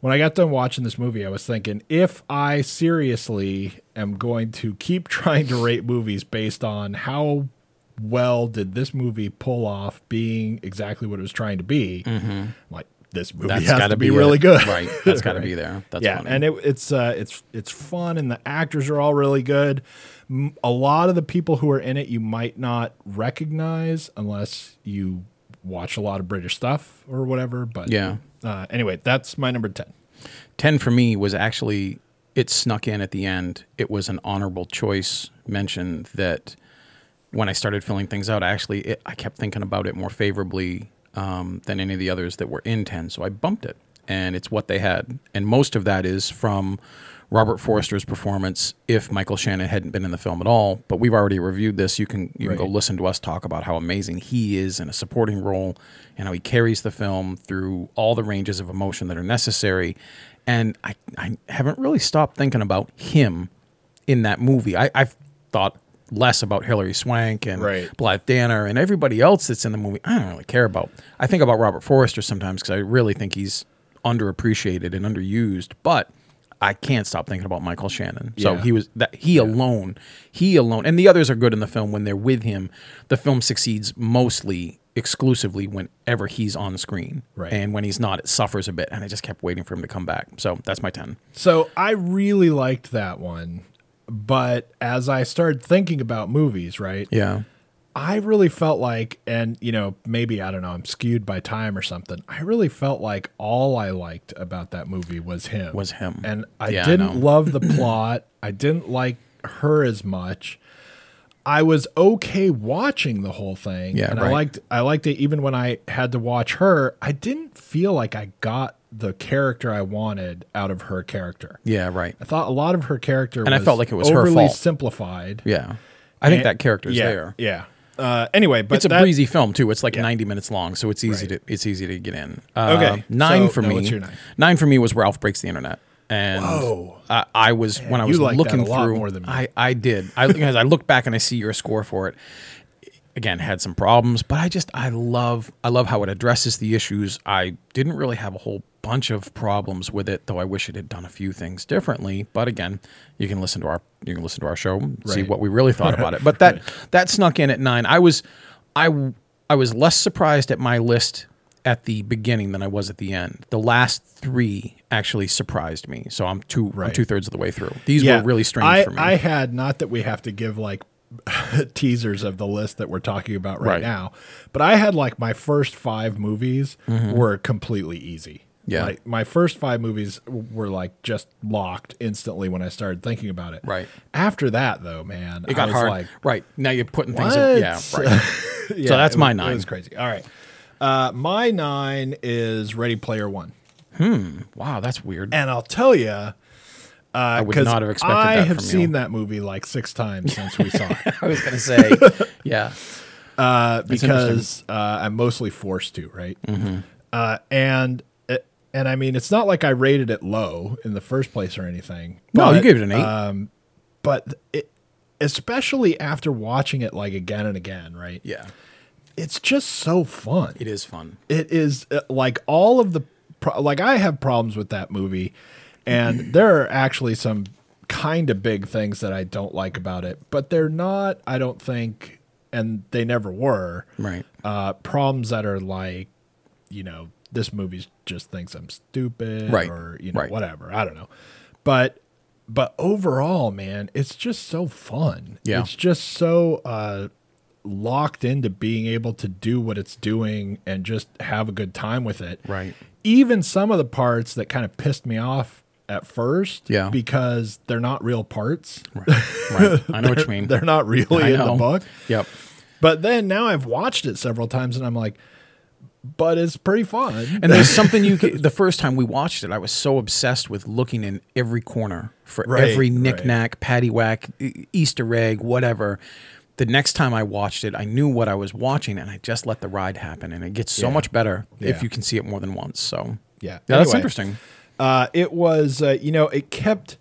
when I got done watching this movie, I was thinking if I seriously am going to keep trying to rate movies based on how well did this movie pull off being exactly what it was trying to be, I'm like this movie
Mm-hmm. That's
has
got
to be, really good.
Right. That's got to
Right
be there. That's
yeah,
funny.
and it, it's uh, it's it's fun, and the actors are all really good. M- A lot of the people who are in it you might not recognize unless you watch a lot of British stuff or whatever. But
Yeah.
Uh, anyway, that's my number ten.
10 for me was actually it snuck in at the end it was an honorable choice mention that when i started filling things out I actually it, i kept thinking about it more favorably um, than any of the others that were in 10 so i bumped it and it's what they had and most of that is from robert forrester's performance if michael shannon hadn't been in the film at all but we've already reviewed this you can you can go
Right.
listen to us talk about how amazing he is in a supporting role and how he carries the film through all the ranges of emotion that are necessary. And I, I haven't really stopped thinking about him in that movie. I, I've thought less about Hilary Swank and
Right.
Blythe Danner and everybody else that's in the movie. I don't really care about. I think about Robert Forrester sometimes because I really think he's underappreciated and underused. But I can't stop thinking about Michael Shannon. So
Yeah.
he was that he alone, he alone, and the others are good in the film when they're with him. The film succeeds mostly exclusively whenever he's on screen,
Right.
And when he's not, it suffers a bit. And I just kept waiting for him to come back. So that's my ten.
So I really liked that one, but as I started thinking about movies, right?
Yeah,
I really felt like, and you know, maybe I don't know, I'm skewed by time or something. I really felt like all I liked about that movie was him.
Was him.
And I
Yeah, I
didn't
know.
love the plot. I didn't like her as much. I was okay watching the whole thing.
Yeah,
and I
right.
liked I liked it even when I had to watch her. I didn't feel like I got the character I wanted out of her character.
yeah, right.
I thought a lot of her character
And I
was
felt like it was her
overly
fault.
simplified.
Yeah, I think that character's
yeah,
there.
Yeah. Uh, anyway, but
It's a
that,
breezy film too. It's like 90 minutes long, so it's easy
Right.
to it's easy to get in. Uh,
Okay,
nine
so
for
now
me.
what's your nine?
for me was Ralph breaks the internet, and
Whoa.
I, I was when I
you
was
like that
looking
a lot
through.
more than me.
I I did. I as I look back and I see your score for it. Again, had some problems, but I just I love I love how it addresses the issues. I didn't really have a whole bunch of problems with it, though I wish it had done a few things differently. But again, you can listen to our you can listen to our show, see
Right.
what we really thought about it. But that that snuck in at nine. I was I I was less surprised at my list at the beginning than I was at the end. The last three actually surprised me. So I'm two
Right.
two thirds of the way through. These were really strange
I,
for me.
I had not that we have to give like teasers of the list that we're talking about right,
Right.
now, but I had like my first five movies were completely easy.
Mm-hmm. Yeah.
Like my first five movies were like just locked instantly when I started thinking about it.
Right.
After that though, man,
it got
I was
hard.
like,
right. Now you're putting things
What?
in. Yeah, right.
yeah,
that's
it
my
was- It
nine.
was crazy. All right. Uh, my nine is Ready Player One.
wow, that's weird.
And I'll tell you,
I would not have expected
I
that
have
from
seen
you.
that movie like six times since we saw it.
I was going to say, yeah.
uh, because uh, I'm mostly forced to, right?
Mm-hmm.
Uh, and uh, and I mean, it's not like I rated it low in the first place or anything.
No, uh, you
but,
gave it an eight.
But it, especially after watching it like again and again, right?
Yeah,
It's just so fun.
it is fun.
it is uh, like all of the pro- like I have problems with that movie, and there are actually some kind of big things that I don't like about it, but they're not. I don't think, and they never were
Right.
uh, problems that are like, you know, this movie just thinks I'm stupid,
Right.
Or you know,
Right.
whatever. I don't know, but but overall, man, it's just so fun.
Yeah.
it's just so uh, locked into being able to do what it's doing and just have a good time with it.
Right.
Even some of the parts that kind of pissed me off at first,
Yeah.
because they're not real parts.
Right. right. I know what you mean.
They're not really
Mm. I
in
know.
the book.
Yep.
But then now I've watched it several times and I'm like, but it's pretty fun.
And there's something you can, the first time we watched it, I was so obsessed with looking in every corner for
Right,
every
right.
knickknack, paddywhack, e- Easter egg, whatever. The next time I watched it, I knew what I was watching and I just let the ride happen. And it gets so much better if
Yeah.
you can see it more than once. So,
Yeah.
that's
Anyway.
interesting.
Uh, it was, uh, you know, it kept,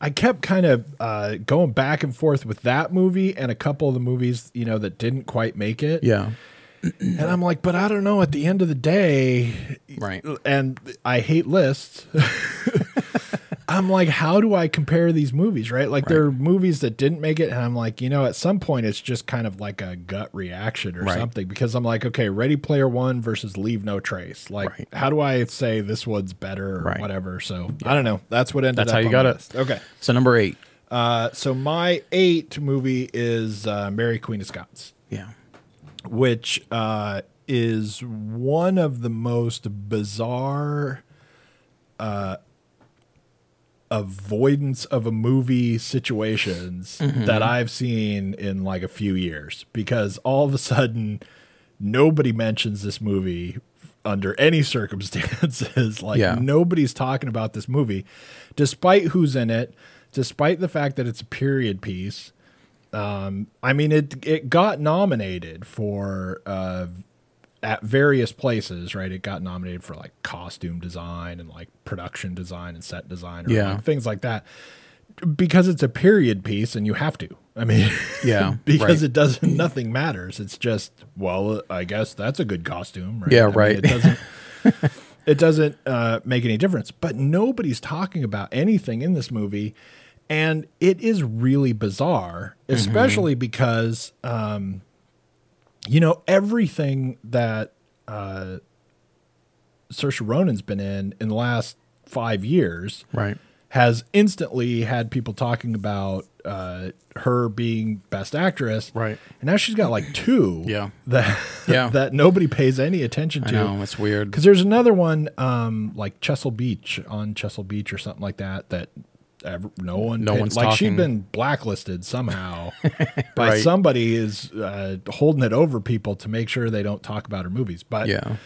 I kept kind of uh, going back and forth with that movie and a couple of the movies, you know, that didn't quite make it.
Yeah.
And I'm like, but I don't know. At the end of the day,
Right.
and I hate lists. I'm like, how do I compare these movies, right? Like, there are movies that didn't make it, and I'm like, you know, at some point it's just kind of like a gut reaction or
Right.
something because I'm like, okay, Ready Player One versus Leave No Trace. Like,
Right.
how do I say this one's better or
Right.
whatever? So I don't know. That's what ended
That's
up
how you
on
got
my
it.
list. Okay.
So, number eight.
Uh, so my eight movie is uh, Mary Queen of Scots
Yeah.
which uh, is one of the most bizarre uh, avoidance of a movie situations that I've seen in like a few years because all of a sudden nobody mentions this movie under any circumstances like
Yeah.
nobody's talking about this movie despite who's in it despite the fact that it's a period piece I mean, it it got nominated for uh, at various places, right? It got nominated for like costume design and like production design and set design, or
Yeah.
like, things like that, because it's a period piece and you have to. I mean,
Yeah,
because
right.
it doesn't. Nothing matters. It's just well, I guess that's a good costume, right?
Yeah,
I mean,
right.
it doesn't. it doesn't uh, make any difference. But nobody's talking about anything in this movie, and it is really bizarre,
Mm-hmm.
especially because um, you know everything that uh, Saoirse Ronan's been in in the last five years
Right.
has instantly had people talking about uh, her being best actress,
Right.
And now she's got like two,
Yeah.
that
Yeah.
that nobody pays any attention
I
to.
know. It's weird.
Because there's another one, um, like Chesil Beach on Chesil Beach or something like that. That ev- no one,
No
paid-
one's
like
talking.
she'd been blacklisted somehow by
Right.
somebody is uh, holding it over people to make sure they don't talk about her movies. But
Yeah.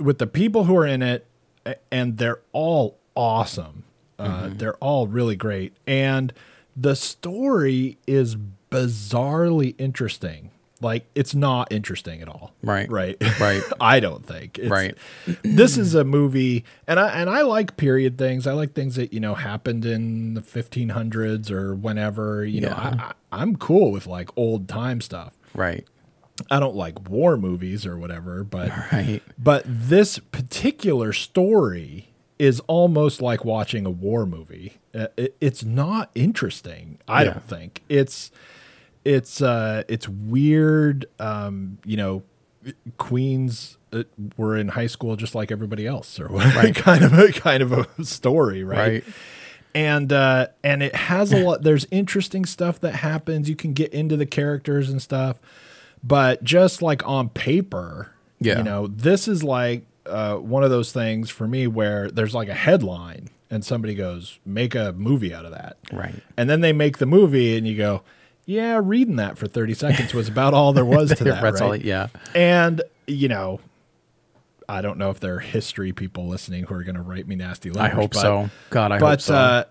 with the people who are in it, a- and they're all awesome. Uh,
Mm-hmm.
They're all really great, and the story is bizarrely interesting. Like it's not interesting at all.
Right.
Right.
Right.
I don't think. It's,
Right.
this is a movie, and I and I like period things. I like things that you know happened in the 1500s or whenever. You know, I, I, I'm cool with like old time stuff.
Right.
I don't like war movies or whatever, but
Right.
but this particular story is almost like watching a war movie. Uh, it- it's not interesting. I
Yeah.
don't think it's it's uh, it's weird. Um, you know, Queens uh, were in high school just like everybody else, or kind of a kind of a story,
Right.
and uh and it has a lot there's interesting stuff that happens you can get into the characters and stuff but just like on paper
Yeah.
you know this is like uh one of those things for me where there's like a headline and somebody goes make a movie out of that
Right.
and then they make the movie and you go yeah reading that for 30 seconds was about all there was to that
That's all.
right?
Yeah.
and you know I don't know if there are history people listening who are going to write me nasty
I
letters.
hope
but-
so. God, I hope
but
so.
uh,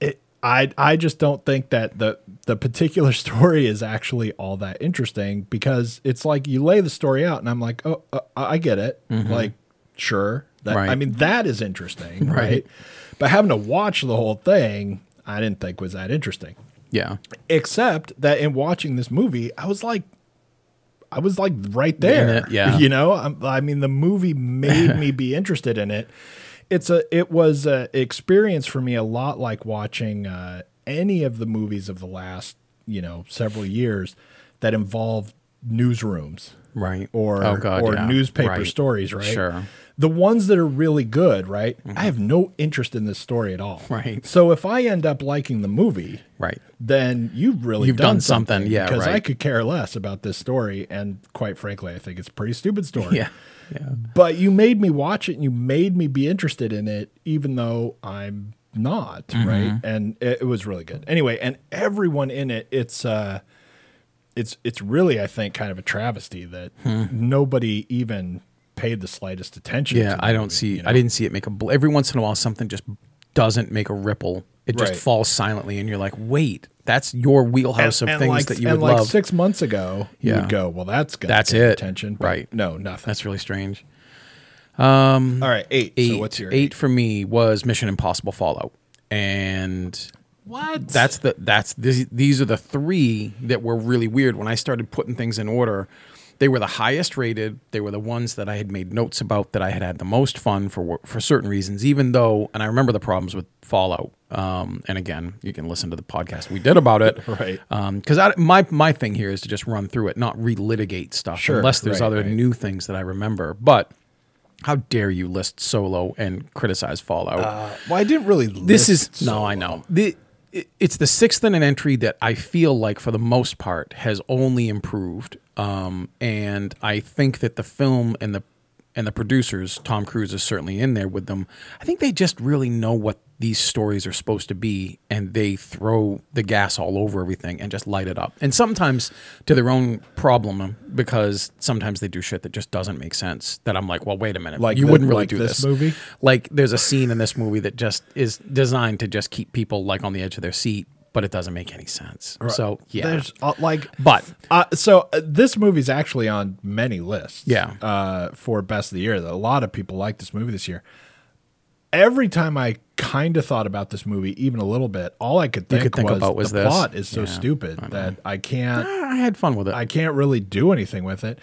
it, I I just don't think that the the particular story is actually all that interesting because it's like you lay the story out and I'm like, oh, uh, I get it. Like, sure, that I
Mm-hmm. Right.
mean that is interesting, right.
Right.
But having to watch the whole thing, I didn't think was that interesting.
Yeah.
except that in watching this movie, I was like, I was like right there.
it, yeah.
You know, i I mean, the movie made me be interested in it. It's a, it was a experience for me a lot like watching uh, any of the movies of the last, you know, several years that involve newsrooms
Right. Oh,
or or
yeah.
newspaper
Right.
stories, right?
Sure. Mm-hmm.
The ones that are really good, right? I have no interest in this story at all.
Right.
So if I end up liking the movie,
Right.
then you've really
You've
done,
done something, yeah,
because I
right.
could care less about this story, and quite frankly, I think it's a pretty stupid story.
Yeah. Yeah.
But you made me watch it, and you made me be interested in it, even though I'm not,
Mm-hmm.
right? And it, it was really good. Anyway, and everyone in it, it's uh, it's it's really, I think, kind of a travesty that
Hmm.
nobody even paid the slightest attention.
Yeah.
to
I
the
don't
movie,
see.
you know?
I didn't see it make a. Bl- Every once in a while, something just doesn't make a ripple. It just
Right.
falls silently, and you're like, "Wait, that's your wheelhouse of things
like,
that you
and
would
like
love."
six months ago, you
Yeah.
would go, well, that's gonna
That's
get
it,
attention, but
right.
No, nothing.
that's really strange.
All right, eight.
Eight.
So what's your
eight for me was Mission Impossible Fallout, and
What?
that's the that's this, these are the three that were really weird when i started putting things in order they were the highest rated they were the ones that i had made notes about that i had had the most fun for wor- for certain reasons even though and i remember the problems with fallout um, and again you can listen to the podcast we did about it
Right.
because I my my thing here is to just run through it not relitigate stuff
Sure,
unless there's
right,
other
right.
new things that i remember but how dare you list solo and criticize fallout
Uh, well, I didn't really.
this is
list
no, I know. The, it- it's the sixth in an entry that I feel like, for the most part, has only improved. Um, and I think that the film and the and the producers, Tom Cruise is certainly in there with them. I think they just really know what these stories are supposed to be, and they throw the gas all over everything and just light it up. And sometimes to their own problem, um, because sometimes they do shit that just doesn't make sense. That I'm like, well, wait a minute,
Like
you
the-
wouldn't really
like
do
this movie?
like there's a scene in this movie that just is designed to just keep people like on the edge of their seat but it doesn't make any sense so yeah
There's uh, like,
but
uh, so uh, this movie's actually on many lists.
Yeah.
Uh, for best of the year, a lot of people like this movie this year. Every time I kind of thought about this movie, even a little bit, all I could think,
could think
was,
about was
the
this.
plot is so
Yeah,
stupid that I can't.
i had fun with it
I can't really do anything with it.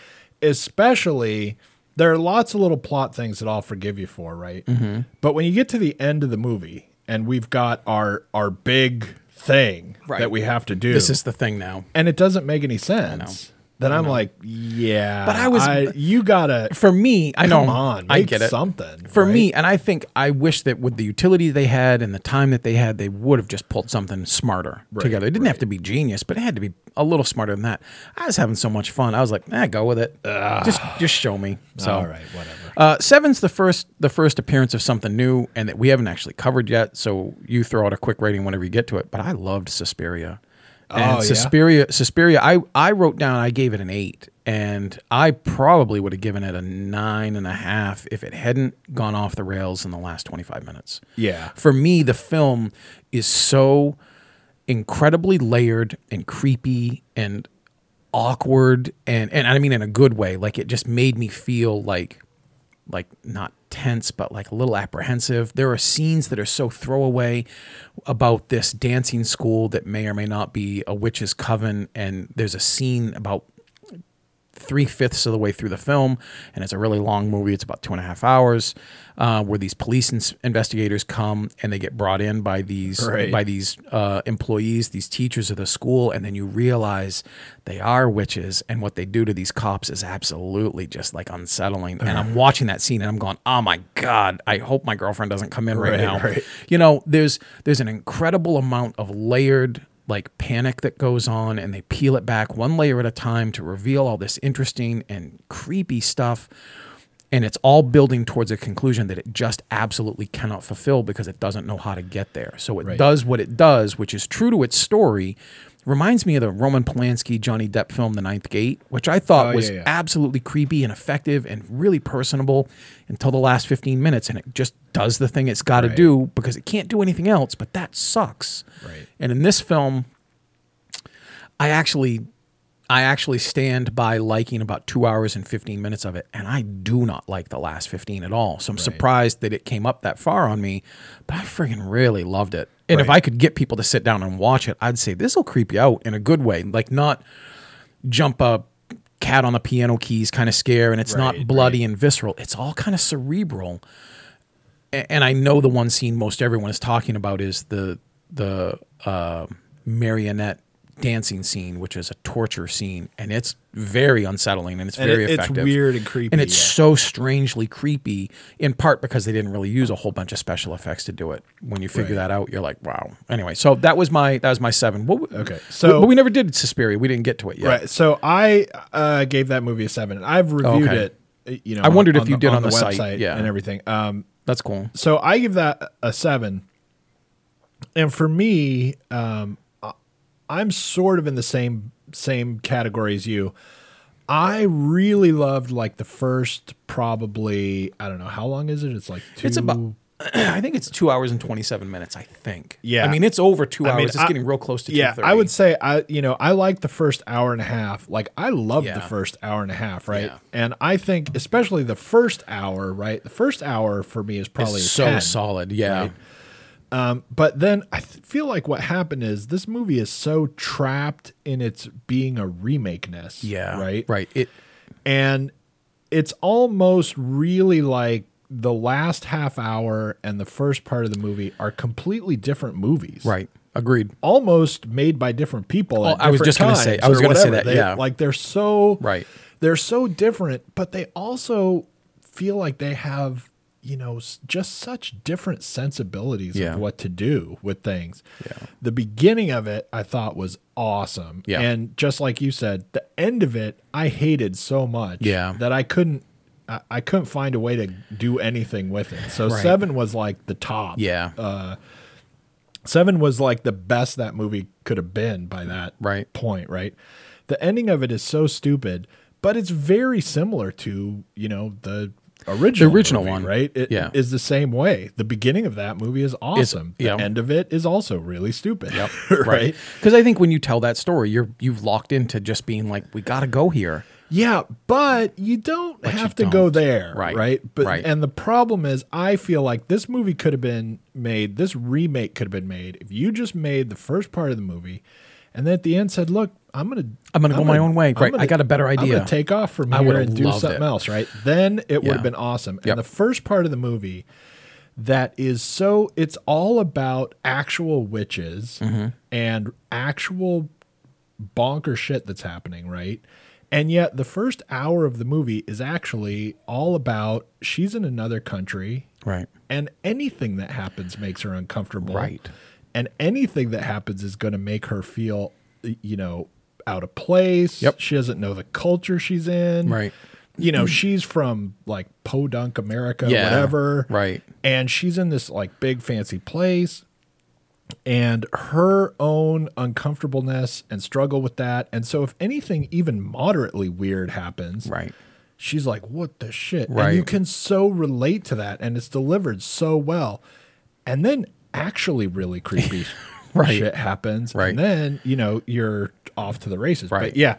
Especially, there are lots of little plot things that I'll forgive you for, right?
Mm-hmm.
But when you get to the end of the movie and we've got our our big thing
Right.
that we have to do,
this is the thing now
and it doesn't make any sense, then I'm like, yeah. But
I was-
you gotta
for me i know
come on, make
i get it
something
for
right?
me and i think i wish that with the utility they had and the time that they had they would have just pulled something smarter together it didn't have to be genius but it had to be a little smarter than that i was having so much fun i was like eh, go with it just just show me so
All right, whatever.
Uh, seven's the first the first appearance of something new and that we haven't actually covered yet. So you throw out a quick rating whenever you get to it. But I loved Suspiria. And
Oh, yeah?
Suspiria, Suspiria. I I wrote down I gave it an eight, and I probably would have given it a nine and a half if it hadn't gone off the rails in the last twenty five minutes
Yeah.
for me the film is so incredibly layered and creepy and awkward and and I mean in a good way like it just made me feel like like not tense but like a little apprehensive there are scenes that are so throwaway about this dancing school that may or may not be a witch's coven and there's a scene about three fifths of the way through the film, and it's a really long movie. It's about two and a half hours, uh, where these police ins- investigators come and they get brought in by these
Right.
by these uh, employees, these teachers of the school, and then you realize they are witches, and what they do to these cops is absolutely just like unsettling. And I'm watching that scene, and I'm going, "Oh my god! I hope my girlfriend doesn't come in right,
Right,
now."
right.
you know there's there's an incredible amount of layered like panic that goes on and they peel it back one layer at a time to reveal all this interesting and creepy stuff and it's all building towards a conclusion that it just absolutely cannot fulfill because it doesn't know how to get there so it does what it does which is true to its story reminds me of the roman polanski johnny depp film the ninth gate which i thought
Oh,
was
yeah, yeah.
absolutely creepy and effective and really personable until the last 15 minutes and it just does the thing it's got to
Right.
do because it can't do anything else but that sucks
Right.
and in this film i actually I actually stand by liking about two hours and 15 minutes of it. And I do not like the last 15 at all. So I'm surprised that it came up that far on me, but I friggin' really loved it. And if
Right.
I could get people to sit down and watch it, I'd say this will creep you out in a good way. Like, not jump a cat on the piano keys kind of scare and it's
Right,
not bloody and visceral. It's all kind of cerebral. A- And I know the one scene most everyone is talking about is the the uh, marionette dancing scene, which is a torture scene, and it's very unsettling and it's
And
very
it- it's
effective.
weird and creepy,
and it's
yeah.
so strangely creepy. In part because they didn't really use a whole bunch of special effects to do it. When you figure
Right.
that out, you're like, wow. Anyway, so that was my that was my seven. What, w-
Okay, so-
so but we never did Suspiria. We didn't get to it yet.
Right. So I uh, gave that movie a seven. and I've reviewed
Oh, okay.
it. uh, You know,
I wondered if you did on the
website
site, yeah.
and everything. Um,
That's cool.
so I give that a seven. And for me, um, I- I'm sort of in the same same category as you. I really loved like the first probably I don't know how long is it? It's like two.
It's about. I think it's two hours and twenty seven minutes. I think.
Yeah.
I mean, it's over two
I
hours.
mean,
it's
I-
getting real close to.
yeah.
2:30.
I would say I you know I like the first hour and a half. Like I loved the
Yeah.
first hour and a half, right?
Yeah.
And I think especially the first hour, right? The first hour for me is probably a
so
10.
solid. Yeah.
right? but then I th- feel like what happened is this movie is so trapped in its being a remake ness.
Yeah.
Right.
Right. It.
And it's almost really like the last half hour and the first part of the movie are completely different movies.
Right. Agreed.
Almost made by different people. at
Oh, I was
different
just gonna say-
times
I was
or
gonna say
whatever.
that,
They-
yeah.
Like they're so
Right.
They're so different, but they also feel like they have you know s- just such different sensibilities
Yeah.
of what to do with things. Yeah. The beginning of it I thought was awesome.
Yeah.
And just like you said, the end of it I hated so much
Yeah.
that I couldn't I- I couldn't find a way to do anything with it. So
Right.
7 was like the top.
Yeah.
Seven was like the best that movie could have been by that
Mm, Right.
point, right? The ending of it is so stupid, but it's very similar to, you know, the original
The original
movie,
one.
right? It
Yeah.
is the same way. The beginning of that movie is awesome.
yeah.
The end of it is also really stupid. Yep. right?
Because I think when you tell that story, you're you've locked into just being like, we got to go here.
Yeah, but you don't have to
don't.
go there, right?
Right,
Right. But
right.
and the problem is, I feel like this movie could have been made. This remake could have been made if you just made the first part of the movie, and then at the end said, "Look, I'm gonna,
I'm gonna go my own way. Right, I got a better
I'm
idea."
gonna take off from
I
here
would've
and do
loved
something
it.
else." Right? Then it would
Yeah.
have been awesome.
Yep.
And the first part of the movie that is so it's all about actual witches
Mm-hmm.
and actual bonker shit that's happening, right? And yet the first hour of the movie is actually all about she's in another country
Right.
and anything that happens makes her uncomfortable.
Right.
And anything that happens is going to make her feel, you know, out of place.
Yep.
She doesn't know the culture she's in.
Right.
You know, she's from like podunk America,
Yeah.
whatever.
Right.
And she's in this like big fancy place and her own uncomfortableness and struggle with that. And so if anything even moderately weird happens,
Right.
she's like, "What the shit?" And you
Right.
can so relate to that, and it's delivered so well. And then actually, really creepy
Right.
shit happens,
Right.
and then you know you're off to the races. But
Right.
yeah,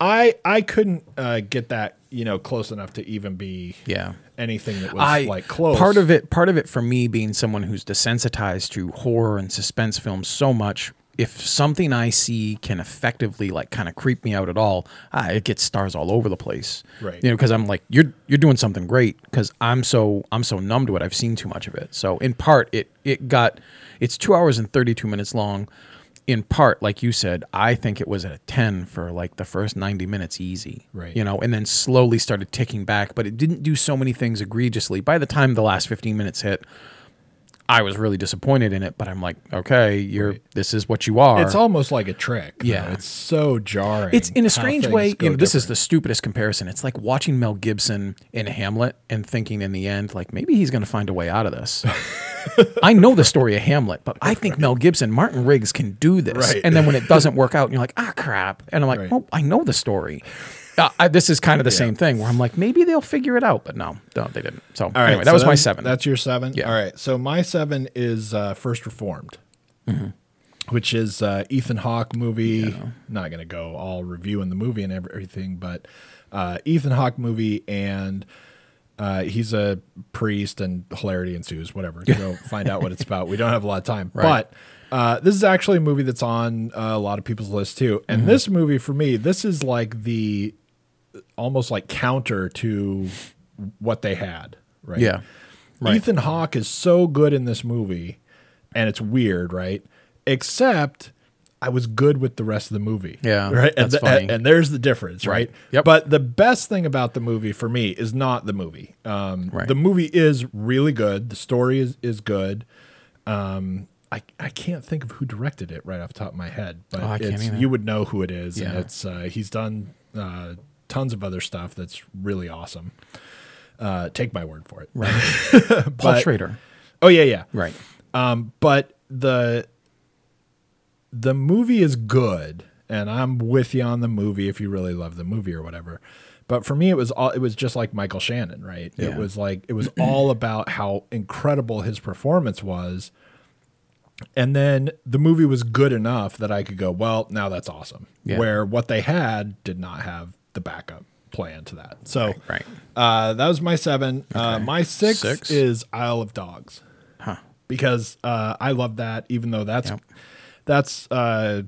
I I couldn't uh, get that you know close enough to even be
Yeah.
anything that was
I
like close.
Part of it, part of it for me being someone who's desensitized to horror and suspense films so much. If something I see can effectively like kind of creep me out at all, I, it gets stars all over the place.
Right.
You know, because I'm like, you're you're doing something great. Because I'm so I'm so numb to it. I've seen too much of it. So in part, it it got it's two hours and thirty two minutes long. In part, like you said, I think it was at a ten for like the first ninety minutes easy.
Right.
You know, and then slowly started ticking back, but it didn't do so many things egregiously. By the time the last 15 minutes hit, I was really disappointed in it, but I'm like, okay, you're this is what you are.
it's almost like a trick. you
Yeah.
know, it's so jarring.
it's in
how
a strange
things
way,
go
you know, this is
different.
the stupidest comparison. It's like watching Mel Gibson in Hamlet and thinking in the end like maybe he's going to find a way out of this. I know the story of Hamlet, but I think Mel Gibson, Martin Riggs can do this.
Right.
And then when it doesn't work out, and you're like, ah, crap. And I'm like,
Right.
well, I know the story. Uh, I, this is kind of the same thing where I'm like, maybe they'll figure it out, but no, no, they didn't. So
All right,
anyway, that
so
was my
that's-
seven.
That's your seven.
Yeah.
All right. So my seven is uh, first reformed. which is uh, Ethan Hawke movie. Not gonna go all reviewing the movie and everything, but uh, Ethan Hawke movie, and uh, he's a priest, and hilarity ensues. Whatever, go find out what it's about. We don't have a lot of time, but uh, this is actually a movie that's on uh, a lot of people's list too. And this movie for me, this is like the almost like counter to what they had, right?
Yeah. Right.
Ethan Hawke is so good in this movie, and it's weird, right? Except I was good with the rest of the movie.
Yeah,
Right. And,
that's
the-
funny.
and there's the difference, right?
Yep.
But the best thing about the movie for me is not the movie. Um,
Right.
The movie is really good. The story is, is good. Um, I, I can't think of who directed it right off the top of my head, but
Oh, I can't
it's,
either.
you would know who it is. And
Yeah.
it's, uh, he's done uh, tons of other stuff that's really awesome. Uh, take my word for it.
Right. Paul
But-
Schrader.
Oh, yeah, yeah.
Right.
Um, but the the movie is good, and I'm with you on the movie if you really love the movie or whatever. But for me, it was all it was just like Michael Shannon, right? It
Yeah.
was like it was all about how incredible his performance was. And then the movie was good enough that I could go, well, now that's awesome.
Yeah.
Where what they had did not have the backup plan to that. So
Right.
uh, that was my seven. Uh, my six,
Six.
is Isle of Dogs. Because uh, I love that, even though that's
Yep.
that's uh,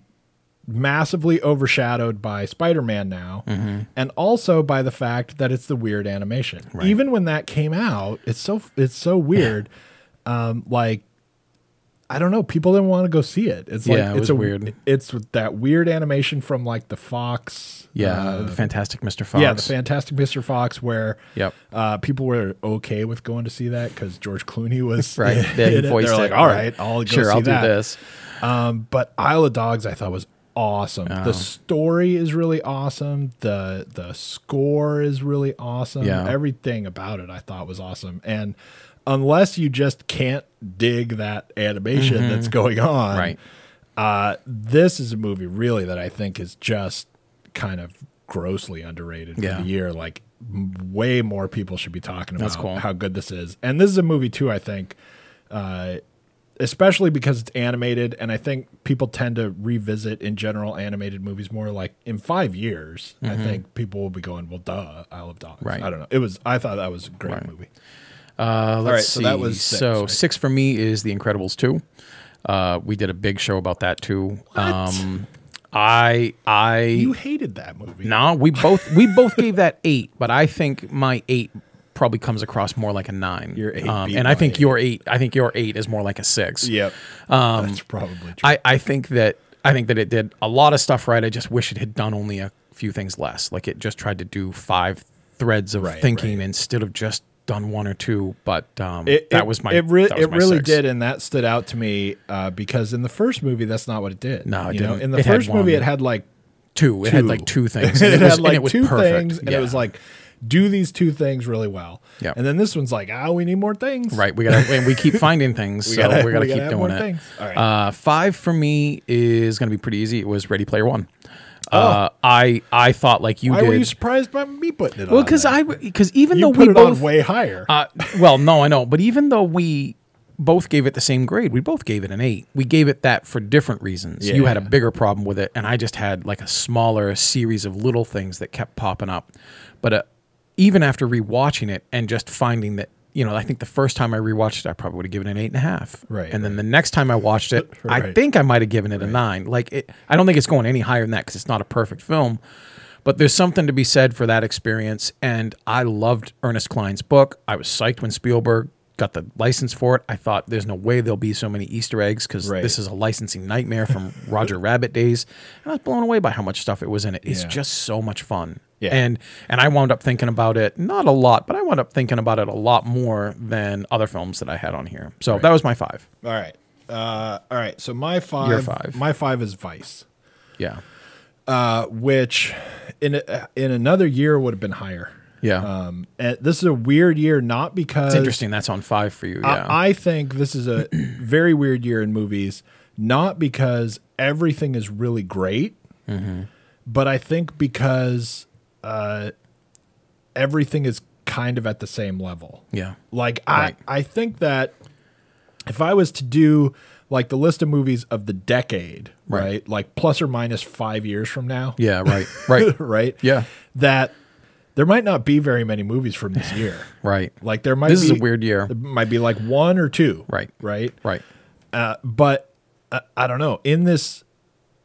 massively overshadowed by Spider-Man now,
Mm-hmm.
and also by the fact that it's the weird animation. Even when that came out, it's so it's so weird. um, like I don't know, people didn't want to go see it. It's like
Yeah, it
it's
was
a
weird.
It's that weird animation from like the Fox.
Yeah.
uh,
the Fantastic Mr. Fox.
yeah, the Fantastic Mr. Fox, where
Yep.
uh, people were okay with going to see that because George Clooney was
Right.
in
Yeah, he
it. They're
voiced
like,
it.
all right, I'll go
sure,
see
I'll
that.
do this.
Um, but Isle of Dogs, I thought was awesome.
Oh.
The story is really awesome. the The score is really awesome.
Yeah.
everything about it I thought was awesome. And unless you just can't dig that animation that's going on,
Mm-hmm. Right.
uh, this is a movie really that I think is just kind of grossly underrated
Yeah.
for the year. Like m- way more people should be talking about
That's cool.
how good this is. And this is a movie too, I think, uh, especially because it's animated. And I think people tend to revisit in general animated movies more like in five years, I think people will be going, well, duh, I love dogs.
Mm-hmm. Right.
I don't know. It was, I thought that was a great
Right.
movie.
Uh, let's
right,
see.
so that was six,
So
right?
six for me is The Incredibles two. Uh, we did a big show about that too. Um, I I
You hated that movie.
no, we both we both gave that eight, but I think my eight probably comes across more like a nine.
Your eight
um,
beat
and I
my
think
eight.
your eight. I think your eight is more like a six.
Yep. That's probably true.
Um, I, I think that I think that it did a lot of stuff right. I just wish it had done only a few things less. Like it just tried to do five threads of
Right,
thinking
right.
instead of just done one or two. But um,
it,
that
it-
was my
it, really
that was
it
my
really
six.
did and that stood out to me uh, because in the first movie that's not what it did
No, it
you know?
didn't.
in the
It had
first movie
one.
it had like
two. It had like two things. and
it,
was-
had like
and it was
two
perfect.
things and
Yeah.
it was like do these two things really well
Yeah.
and then this one's like ah we need more things
Right, we gotta and we keep finding things, so
gotta-
we gotta
we gotta
keep
have
doing
more
it.
things. All right.
uh, five for me is gonna be pretty easy. It was Ready Player One. Uh, I I thought like you
Oh. why
did.
were you surprised by me putting it
well,
on
because
there?
I because even
you
though
put
we
it
both
on way higher
uh, well, no, I know, but even though we both gave it the same grade, we both gave it an eight. We gave it that for different reasons. you had a
Yeah.
bigger problem with it, and I just had like a smaller series of little things that kept popping up. But uh, even after rewatching it and just finding that. You know, I think the first time I rewatched it, I probably would have given it an eight and a half.
Right,
And then the next time I watched it, I
Right.
think I might have given it a nine. Like, it, I don't think it's going any higher than that because it's not a perfect film. But there's something to be said for that experience. And I loved Ernest Klein's book. I was psyched when Spielberg got the license for it. I thought there's no way there'll be so many Easter eggs because
Right.
this is a licensing nightmare from Roger Rabbit days. And I was blown away by how much stuff it was in it. It's
Yeah.
just so much fun.
Yeah.
And and I wound up thinking about it not a lot, but I wound up thinking about it a lot more than other films that I had on here. So that was my five.
all right uh, all right so my five,
five.
my five is vice
Yeah.
uh, which in a, uh, in another year would have been higher
Yeah.
Um, and this is a weird year, not because
it's interesting. That's on five for you.
I,
yeah.
I think this is a very weird year in movies, not because everything is really great,
Mm-hmm.
but I think because uh, everything is kind of at the same level.
yeah.
Like
Right.
I, I think that if I was to do like the list of movies of the decade,
Right.
right? Like plus or minus five years from now,
Yeah, right, right,
right?
Yeah.
That there might not be very many movies from this year.
right,
Like there might
This
be,
is a weird year.
There might be like one or two.
Right.
Right.
right.
Uh, but I, I don't know. In this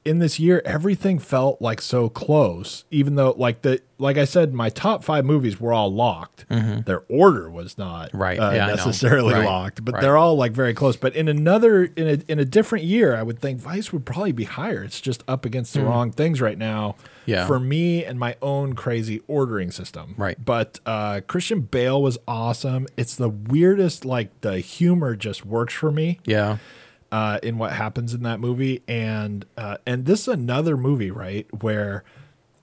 in this year, everything felt like so close. Even though, like the like I said, my top five movies were all locked. Their order was not
Mm-hmm. Right.
uh,
Yeah, I know.
necessarily
Right.
locked, but
Right.
they're all like very close. But in another in a in a different year, I would think Vice would probably be higher. It's just up against the wrong things right now.
Mm. Yeah.
For me and my own crazy ordering system.
Right.
But uh, Christian Bale was awesome. It's the weirdest. Like the humor just works for me
Yeah,
uh, in what happens in that movie, and uh, and this is another movie, right, where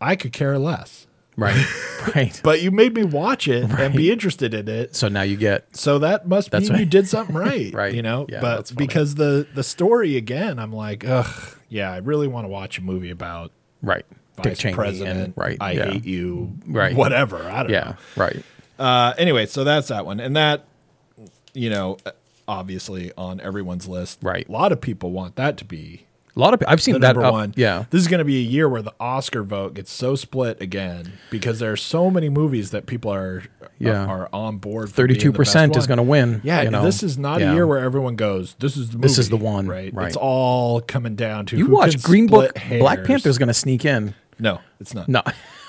I could care less,
right, right.
but you made me watch it and be interested in it,
So now you get
so that must mean
what-
you did something right,
Right.
You know,
Yeah, that's
but
funny.
because the the story again, I'm like, ugh, yeah, I really want to watch a movie about
right,
vice president,
and- right?
I
yeah,
hate you,
Right.
Whatever, I don't know.
yeah, right,
Uh, anyway, so that's that one, and that you know, obviously on everyone's list,
Right.
A lot of people want that to be
A lot of pe- I've seen
the
that.
number
up-
one.
yeah,
this is going to be a year where the Oscar vote gets so split again because there are so many movies that people are uh,
Yeah.
are on board. for being the
thirty-two percent
best
is
one.
going to win.
Yeah,
you
and
know?
this is not
Yeah.
a year where everyone goes, "This is the movie,
This is the one,
Right,
right.
it's all coming down to
you
who
watch
can
Green Book.
split hairs.
Black Panther's going to sneak in.
No, it's not.
No,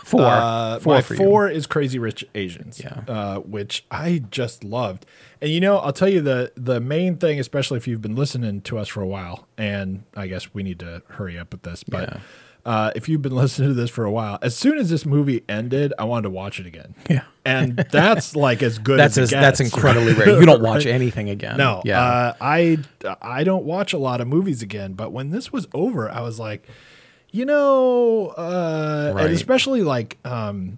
four,
Uh,
four
my
for you.
four is Crazy Rich Asians,
Yeah.
uh, which I just loved. And you know, I'll tell you the the main thing, especially if you've been listening to us for a while, and I guess we need to hurry up with this, but
Yeah.
uh, if you've been listening to this for a while, as soon as this movie ended, I wanted to watch it again.
Yeah.
and that's like as good
That's
as
as,
it
that's
gets.
incredibly rare. You don't watch anything again.
No,
yeah,
uh, I I don't watch a lot of movies again. But when this was over, I was like, you know, uh,
Right.
and especially like, um,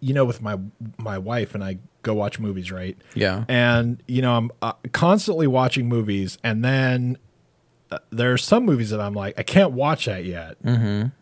you know, with my my wife and I go watch movies, right?
Yeah.
and you know, I'm uh, constantly watching movies, and then. uh, There are some movies that I'm like, I can't watch that yet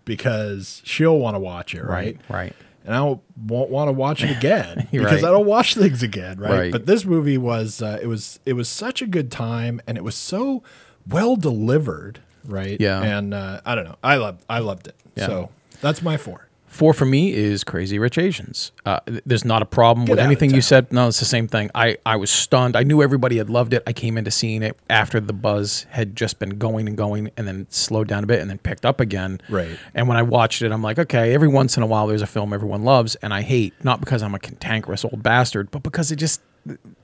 because she'll want to watch it,
Mm-hmm. right, right.
and I don't- won't want to watch it again
You're
because
right.
I don't watch things again, right?
Right.
But this movie was uh, it was it was such a good time, and it was so well delivered, right?
Yeah.
and uh, I don't know, I loved I loved it.
Yeah.
So that's my four.
Four for me is Crazy Rich Asians. Uh, th- there's not a problem with
out of
anything you
town.
said. No, it's the same thing. I, I was stunned. I knew everybody had loved it. I came into seeing it after the buzz had just been going and going and then slowed down a bit and then picked up again.
Right.
And when I watched it, I'm like, okay, every once in a while there's a film everyone loves and I hate, not because I'm a cantankerous old bastard, but because it just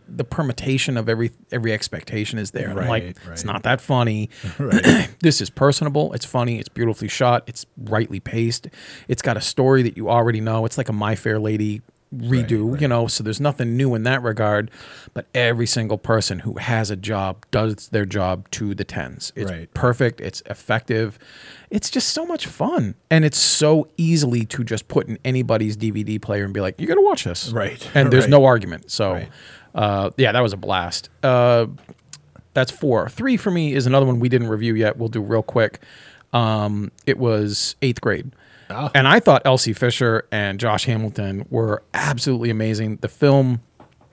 the permutation of every every expectation is there. And I'm like,
Right, right.
it's not that funny. this is personable. It's funny. It's beautifully shot. It's rightly paced. It's got a story that you already know. It's like a My Fair Lady redo, you know, so there's nothing new in that regard. But every single person who has a job does their job to the tens. It's
Right.
perfect. It's effective. It's just so much fun. And it's so easily to just put in anybody's DVD player and be like, you got to watch this.
Right.
And there's
Right.
no argument. So,
Right.
uh, yeah, that was a blast. Uh, that's four. Three for me is another one we didn't review yet. We'll do real quick. Um, it was eighth grade.
Ah.
And I thought Elsie Fisher and Josh Hamilton were absolutely amazing. The film,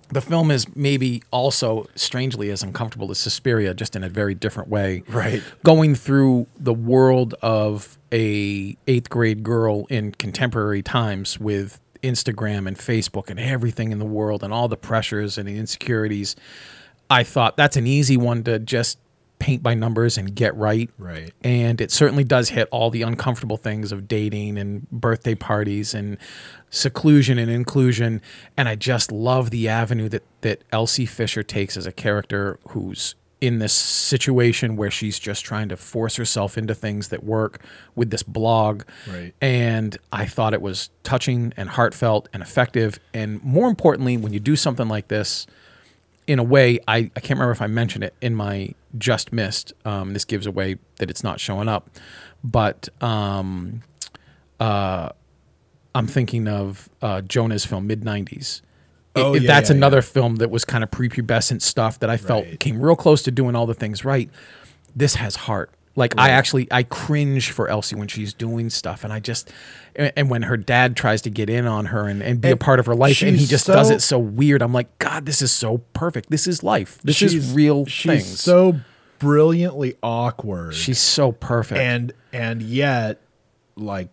the film is maybe also strangely as uncomfortable as Suspiria, just in a very different way.
Right.
Going through the world of a eighth grade girl in contemporary times with Instagram and Facebook and everything in the world and all the pressures and the insecurities. I thought that's an easy one to just paint by numbers and get right.
Right.
And it certainly does hit all the uncomfortable things of dating and birthday parties and seclusion and inclusion. And I just love the avenue that that Elsie Fisher takes as a character who's in this situation where she's just trying to force herself into things that work with this blog.
Right.
And I thought it was touching and heartfelt and effective. And more importantly, when you do something like this, in a way, I, I can't remember if I mentioned it in my just missed. Um, this gives away that it's not showing up, but um, uh, I'm thinking of uh, Jonah's film mid '90s. It-
Oh,
it-
yeah,
that's
yeah,
another film that was kind of prepubescent stuff that I felt
Right.
came real close to doing all the things right. This has heart. Like I actually I cringe for Elsie when she's doing stuff, and I just and, and when her dad tries to get in on her and, and be a
And
part of her life, and he
she's
just does
so-
it so weird. I'm like, God, this is so perfect. This is life. This is real
she's
things.
so brilliantly awkward
She's so perfect.
and and yet like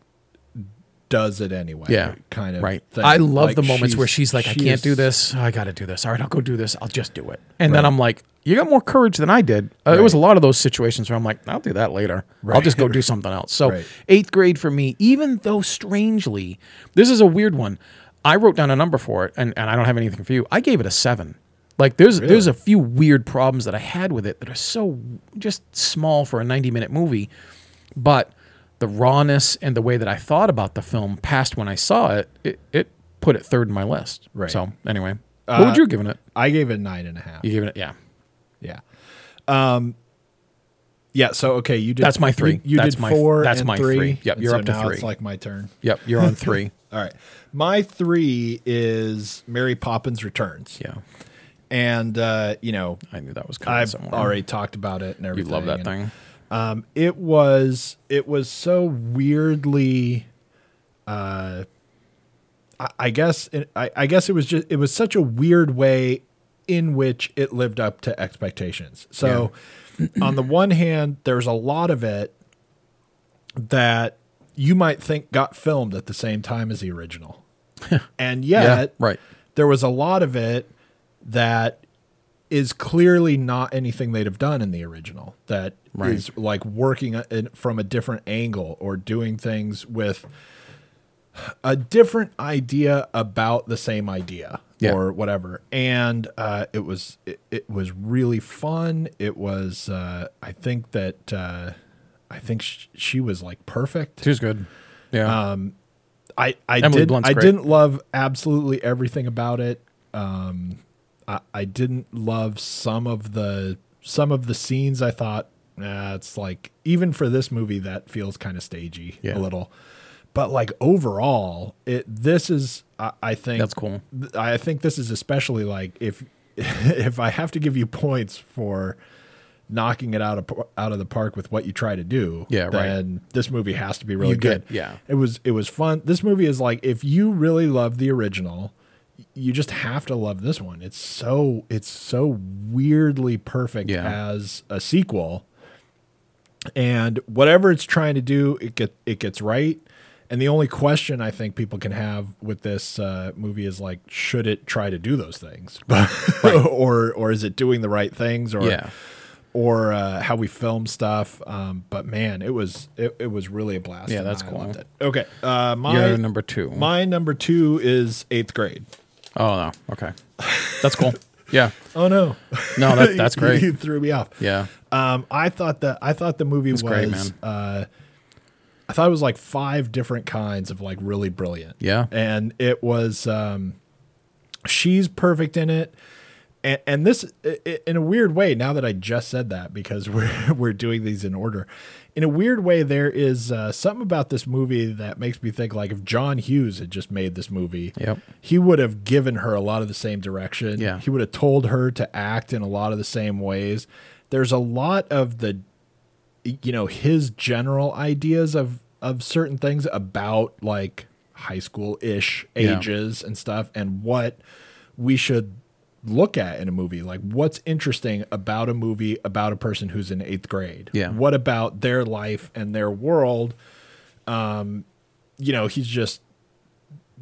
does it anyway.
yeah,
kind of
right.
thing.
I love
Like,
the moments where she's like, "I
she
can't
is-
do this. Oh, I got to do this. All right, I'll go do this. I'll just do it." And then I'm like, "You got more courage than I did." Uh, There was a lot of those situations where I'm like, "I'll do that later. I'll just go do something else." So
Right.
eighth grade for me, even though strangely, this is a weird one. I wrote down a number for it, and, and I don't have anything for you. I gave it a seven. Like there's there's a few weird problems that I had with it that are so just small for a 90 minute movie, but the rawness and the way that I thought about the film past when I saw it, it, it put it third in my list.
Right. Uh,
So anyway, what would you have given it?
I gave it nine and a half.
You gave it, yeah.
Yeah. Um. Yeah. So okay, you did.
That's my three.
You, you
That's
did
my-
four.
that's
and
my
three.
three. Yep,
and
you're
so
up to
now
three.
It's like my turn.
Yep, you're on three.
All right. My three is Mary Poppins Returns,
yeah,
and uh, you know
I knew that was coming
I've
somewhere.
already talked about it and
you
everything.
love that
and-
thing.
um, it was it was so weirdly uh, I, I guess it, I, I guess it was just it was such a weird way in which it lived up to expectations so on the one hand there's a lot of it that you might think got filmed at the same time as the original and yet
Yeah, right.
there was a lot of it that is clearly not anything they'd have done in the original That is
Right.
like working a- in, from a different angle or doing things with a different idea about the same idea
Yeah.
or whatever and uh, it was it, it was really fun it was uh, i think that uh, i think sh- she was like perfect
Two's good. Yeah,
Um, I I
Emily
did
Blunt's
I
great.
didn't love absolutely everything about it. Um, I I didn't love some of the some of the scenes. I thought nah, it's like even for this movie that feels kind of stagey a
Yeah.
little. But like overall, it this is I, I think
That's cool.
th- I think this is especially like if if I have to give you points for knocking it out of par- out of the park with what you try to do,
Yeah, right.
then this movie has to be really
You
good.
get- yeah.
It was it was fun. This movie is like if you really love the original, you just have to love this one. It's so it's so weirdly perfect
Yeah.
as a sequel. And whatever it's trying to do, it get it gets right. And the only question I think people can have with this uh, movie is like, should it try to do those things, or or is it doing the right things, or
yeah.
or uh, how we film stuff. Um, but man, it was it, it was really a blast.
Yeah,
and
that's
I
cool.
loved it. Okay, uh, my
You're number two.
my number two is eighth grade.
oh no, okay, that's cool. Yeah,
Oh no,
no, that, that's
You-
great.
you threw me off.
Yeah,
Um, I thought that I thought the movie was
great, man.
uh, I thought it was like five different kinds of like really brilliant.
Yeah.
and it was um, she's perfect in it. And, and this, i- i- in a weird way, now that I just said that, because we're we're doing these in order, in a weird way, there is uh, something about this movie that makes me think like if John Hughes had just made this movie,
Yep.
he would have given her a lot of the same direction.
Yeah.
he would have told her to act in a lot of the same ways. There's a lot of the you know his general ideas of of certain things about like high school ish
Yeah.
ages and stuff and what we should look at in a movie like what's interesting about a movie about a person who's in eighth grade
Yeah.
what about their life and their world um you know he's just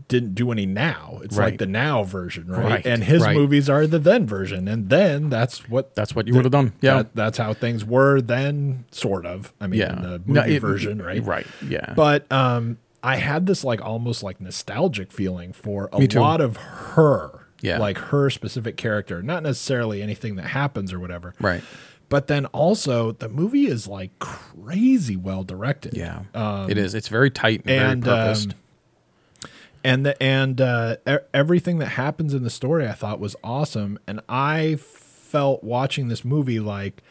didn't do any now it's like
Right.
the now version right,
Right,
and his
right.
movies are the then version and then that's what
that's what you would have done. Yeah,
that, that's how things were then, sort of. I mean,
yeah.
the movie
No, it-
version, right?
Right. Yeah.
But um, I had this like almost like nostalgic feeling for a
Me too.
lot of her,
Yeah.
like her specific character, not necessarily anything that happens or whatever,
right.
But then also the movie is like crazy well directed,
Yeah. it is. It's very tight and,
um, and
very
um,
purposed.
and the, and uh, e- everything that happens in the story I thought was awesome, and I felt watching this movie like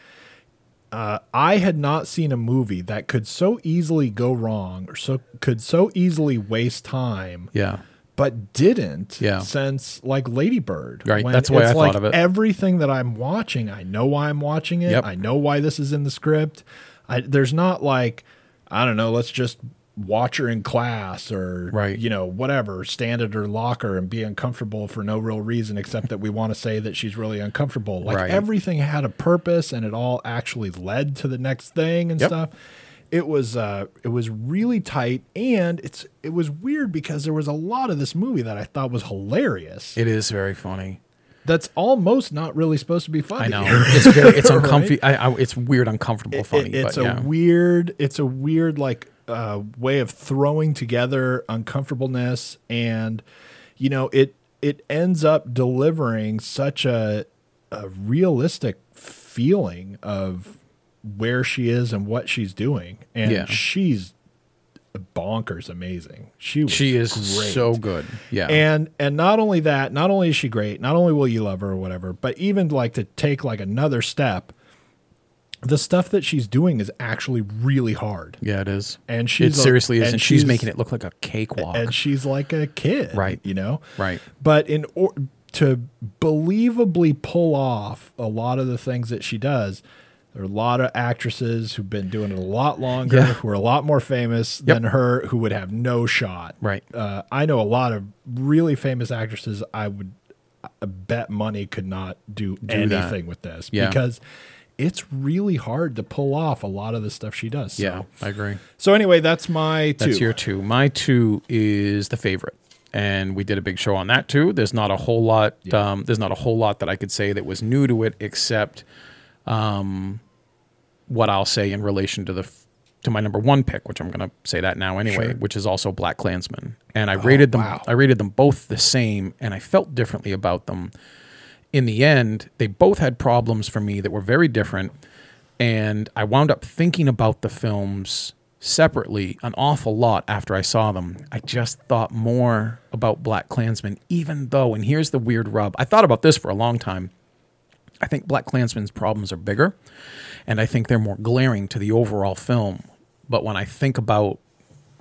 uh, I had not seen a movie that could so easily go wrong or so could so easily waste time
yeah.
but didn't
Yeah.
since like Ladybird.
Right, that's the way I thought of it.
Everything that I'm watching, I know why I'm watching it.
Yep.
I know why this is in the script. I, there's not like, I don't know, let's just watch her in class or
Right.
you know whatever stand at her locker and be uncomfortable for no real reason except that we want to say that she's really uncomfortable like
Right.
everything had a purpose and it all actually led to the next thing and
Yep.
stuff it was uh it was really tight and it's it was weird because there was a lot of this movie that i thought was hilarious
It is very funny.
that's almost not really supposed to be funny
I know it's very it's uncomfy. I, I, it's weird, uncomfortable,
It-
funny.
it's
but
a
yeah.
weird it's a weird like uh, way of throwing together uncomfortableness and you know it it ends up delivering such a, a realistic feeling of where she is and what she's doing and
Yeah.
she's bonkers amazing she was
she is
great.
so good. Yeah,
And and not only that, not only is she great, not only will you love her or whatever, but even like to take like another step, the stuff that she's doing is actually really hard.
yeah, it is.
And
it
she's a-
seriously is,
and
and she's,
she's-
making it look like a cakewalk.
And she's like a kid,
Right.
You know,
Right.
But in or, to believably pull off a lot of the things that she does. There are a lot of actresses who've been doing it a lot longer,
Yeah.
who are a lot more famous than her, who would have no shot
Right.
uh, I know a lot of really famous actresses. I would uh, bet money could not do,
that.
anything with this
Yeah.
because it's really hard to pull off a lot of the stuff she does. So.
Yeah, I agree.
So anyway, that's my two.
That's your two. My two is the favorite, and we did a big show on that too. There's not a whole lot. Um, there's not a whole lot that I could say that was new to it, except um, what I'll say in relation to the f- to my number one pick, which I'm going to say that now anyway,
Sure. Oh,
which is also Black Klansman. And I rated them.
wow.
I rated them both the same, and I felt differently about them. in the end, they both had problems for me that were very different. And I wound up thinking about the films separately an awful lot after I saw them. I just thought more about Black Klansman, even though, and here's the weird rub I thought about this for a long time. I think Black Klansman's problems are bigger, and I think they're more glaring to the overall film. But when I think about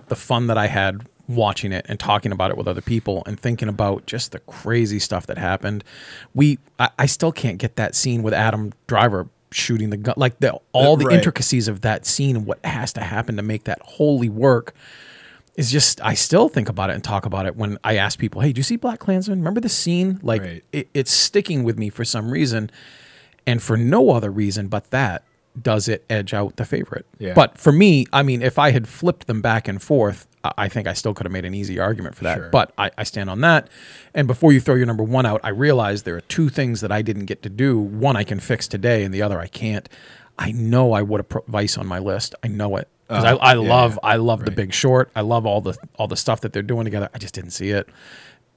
the fun that I had watching it and talking about it with other people and thinking about just the crazy stuff that happened, we I, I still can't get that scene with Adam Driver shooting the gun, like the all the
Right.
intricacies of that scene and what has to happen to make that wholly work is just I still think about it and talk about it when I ask people, "Hey, do you see Black Klansman? Remember this scene?" Like
Right.
it, it's sticking with me for some reason, and for no other reason but that does it edge out the favorite.
Yeah.
But for me, I mean, if I had flipped them back and forth, I- I think I still could have made an easy argument for that.
Sure.
But I, I stand on that. And before you throw your number one out, I realize there are two things that I didn't get to do. One I can fix today, and the other I can't. I know I would have put Vice on my list. I know it because
Uh,
I, I love I love The Big Short. I love all the all the stuff that they're doing together. I just didn't see it.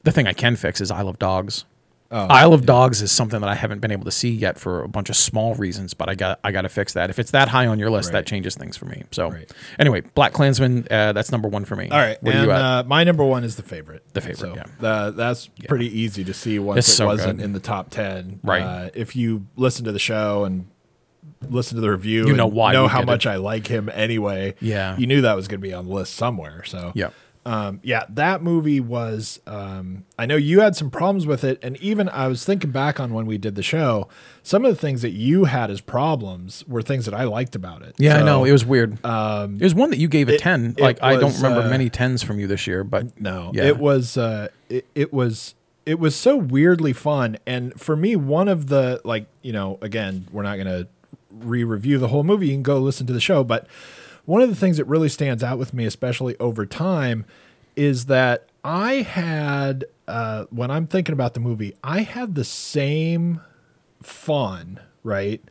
The thing I can fix is I love Dogs.
Oh.
Isle of Dogs is something that I haven't been able to see yet for a bunch of small reasons, but I got I got to fix that. If it's that high on your list,
Right.
that changes things for me. So
Right.
anyway, Black Klansman, uh, that's number one for me.
All right,
where
and
are you at?
uh, my number one is the favorite.
The favorite, yeah.
tha- that's pretty easy to see once
It's
it
so
wasn't
good.
in the top ten.
Right.
Uh, if you listen to the show and listen to the review,
You know
and
why
know
we
how
did it.
much I like him anyway.
Yeah.
you knew that was going to be on the list somewhere. So
Yeah.
um, yeah, that movie was. Um, I know you had some problems with it, and even I was thinking back on when we did the show. Some of the things that you had as problems were things that I liked about it.
yeah, I
So-
know it was weird. um, it was one that you gave a
it-
ten.
it
Like I don't
was,
remember
uh,
many tens from you this year, but
No,
yeah,
it was uh, it, it was it was so weirdly fun, and for me, one of the like you know, again, we're not gonna re-review the whole movie. You can go listen to the show, but one of the things that really stands out with me, especially over time, is that I had uh, when I'm thinking about the movie, I had the same fun, right?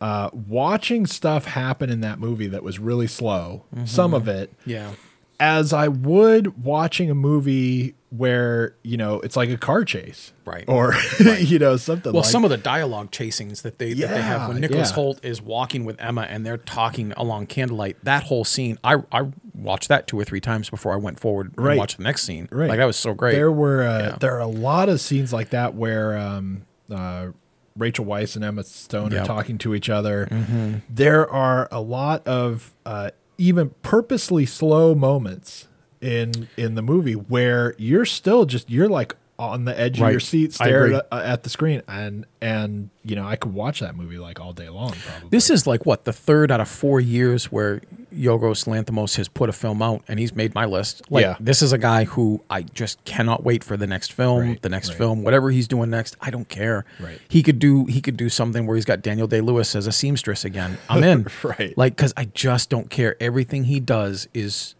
Uh, watching stuff happen in that movie that was really slow, some of it,
yeah,
as I would watching a movie where you know it's like a car chase,
Right.
Or you know something.
Well,
like,
some of the dialogue chasings that they that they have when
Yeah,
Nicholas
yeah.
Holt is walking with Emma and they're talking along candlelight, that whole scene, I I watched that two or three times before I went forward
Right.
and watched the next scene.
Right.
like that was so great.
there were uh, there are a lot of scenes like that where um, uh, Rachel Weisz and Emma Stone are
Yep. Mm-hmm.
talking to each other. There are a lot of uh, even purposely slow moments in in the movie where you're still just you're like on the edge of
Right.
your seat,
I
staring
agree.
at, at the screen, and and you know I could watch that movie like all day long. Probably.
This is like what the third out of four years where Yorgos Lanthimos has put a film out, and he's made my list. Like
Yeah.
this is a guy who I just cannot wait for the next film,
Right,
the next
right.
film, whatever he's doing next. I don't care.
Right.
He could do he could do something where he's got Daniel Day Lewis as a seamstress again. I'm in.
Right.
Like because I just don't care. Everything he does is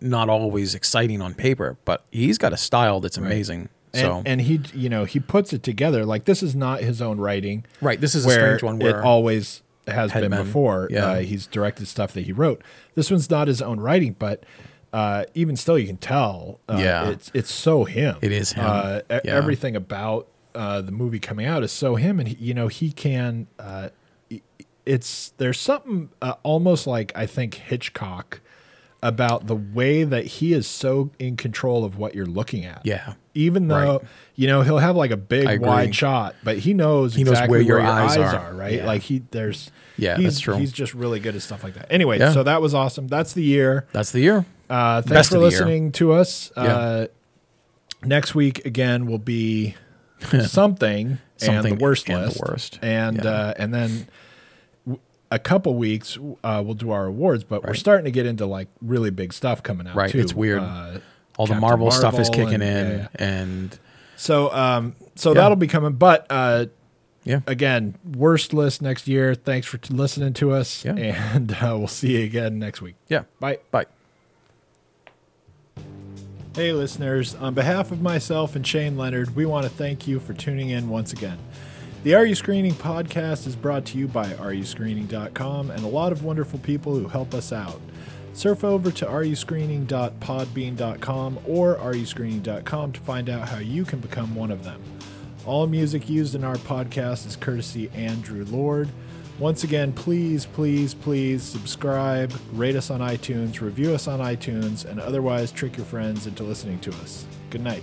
not always exciting on paper, but he's got a style that's amazing.
And,
So
and he, you know, he puts it together. Like this is not his own writing.
Right, this is a strange one
it
where-
always has
Had
been,
been,
before.
yeah.
Uh, he's directed stuff that he wrote. This one's not his own writing, but uh, even still, you can tell. Uh,
Yeah.
it's it's so him.
It is him.
Uh, e-
Yeah.
Everything about uh, the movie coming out is so him, and he, you know he can. Uh, i- it's there's something uh, almost like I think Hitchcock about the way that he is so in control of what you're looking at
yeah.
even though you know he'll have like a
I
big
agree.
wide shot, but he knows
knows
exactly
where your eyes
eyes,
are.
are, right?
Yeah.
Like he there's
Yeah,
he's,
that's true.
He's just really good at stuff like that. Anyway,
Yeah.
so that was awesome. That's the year.
That's the year.
Uh, thanks
Best
for
of the year.
listening to us. Uh, next week again will be something,
Something
and the worst
and the
list,
worst.
and
Yeah.
uh, and then. w- A couple weeks, uh, we'll do our awards, but we're starting to get into like really big stuff coming out.
Right,
too.
it's weird.
Uh,
All the
Captain
Marvel, stuff is
Marvel
kicking
and-
in,
yeah, yeah.
and
So um so that'll be coming. But uh
Yeah.
again, worst list next year. Thanks for t- listening to us.
Yeah.
And uh, we'll see you again next week.
yeah.
Bye.
Bye.
Hey, listeners. On behalf of myself and Shane Leonard, we want to thank you for tuning in once again. The Are You Screening podcast is brought to you by areyouscreening.com and a lot of wonderful people who help us out. Surf over to areyouscreening.podbean.com or areyouscreening.com to find out how you can become one of them. All music used in our podcast is courtesy Andrew Lord. Once again, please, please, please subscribe, rate us on iTunes, review us on iTunes, and otherwise trick your friends into listening to us. Good night.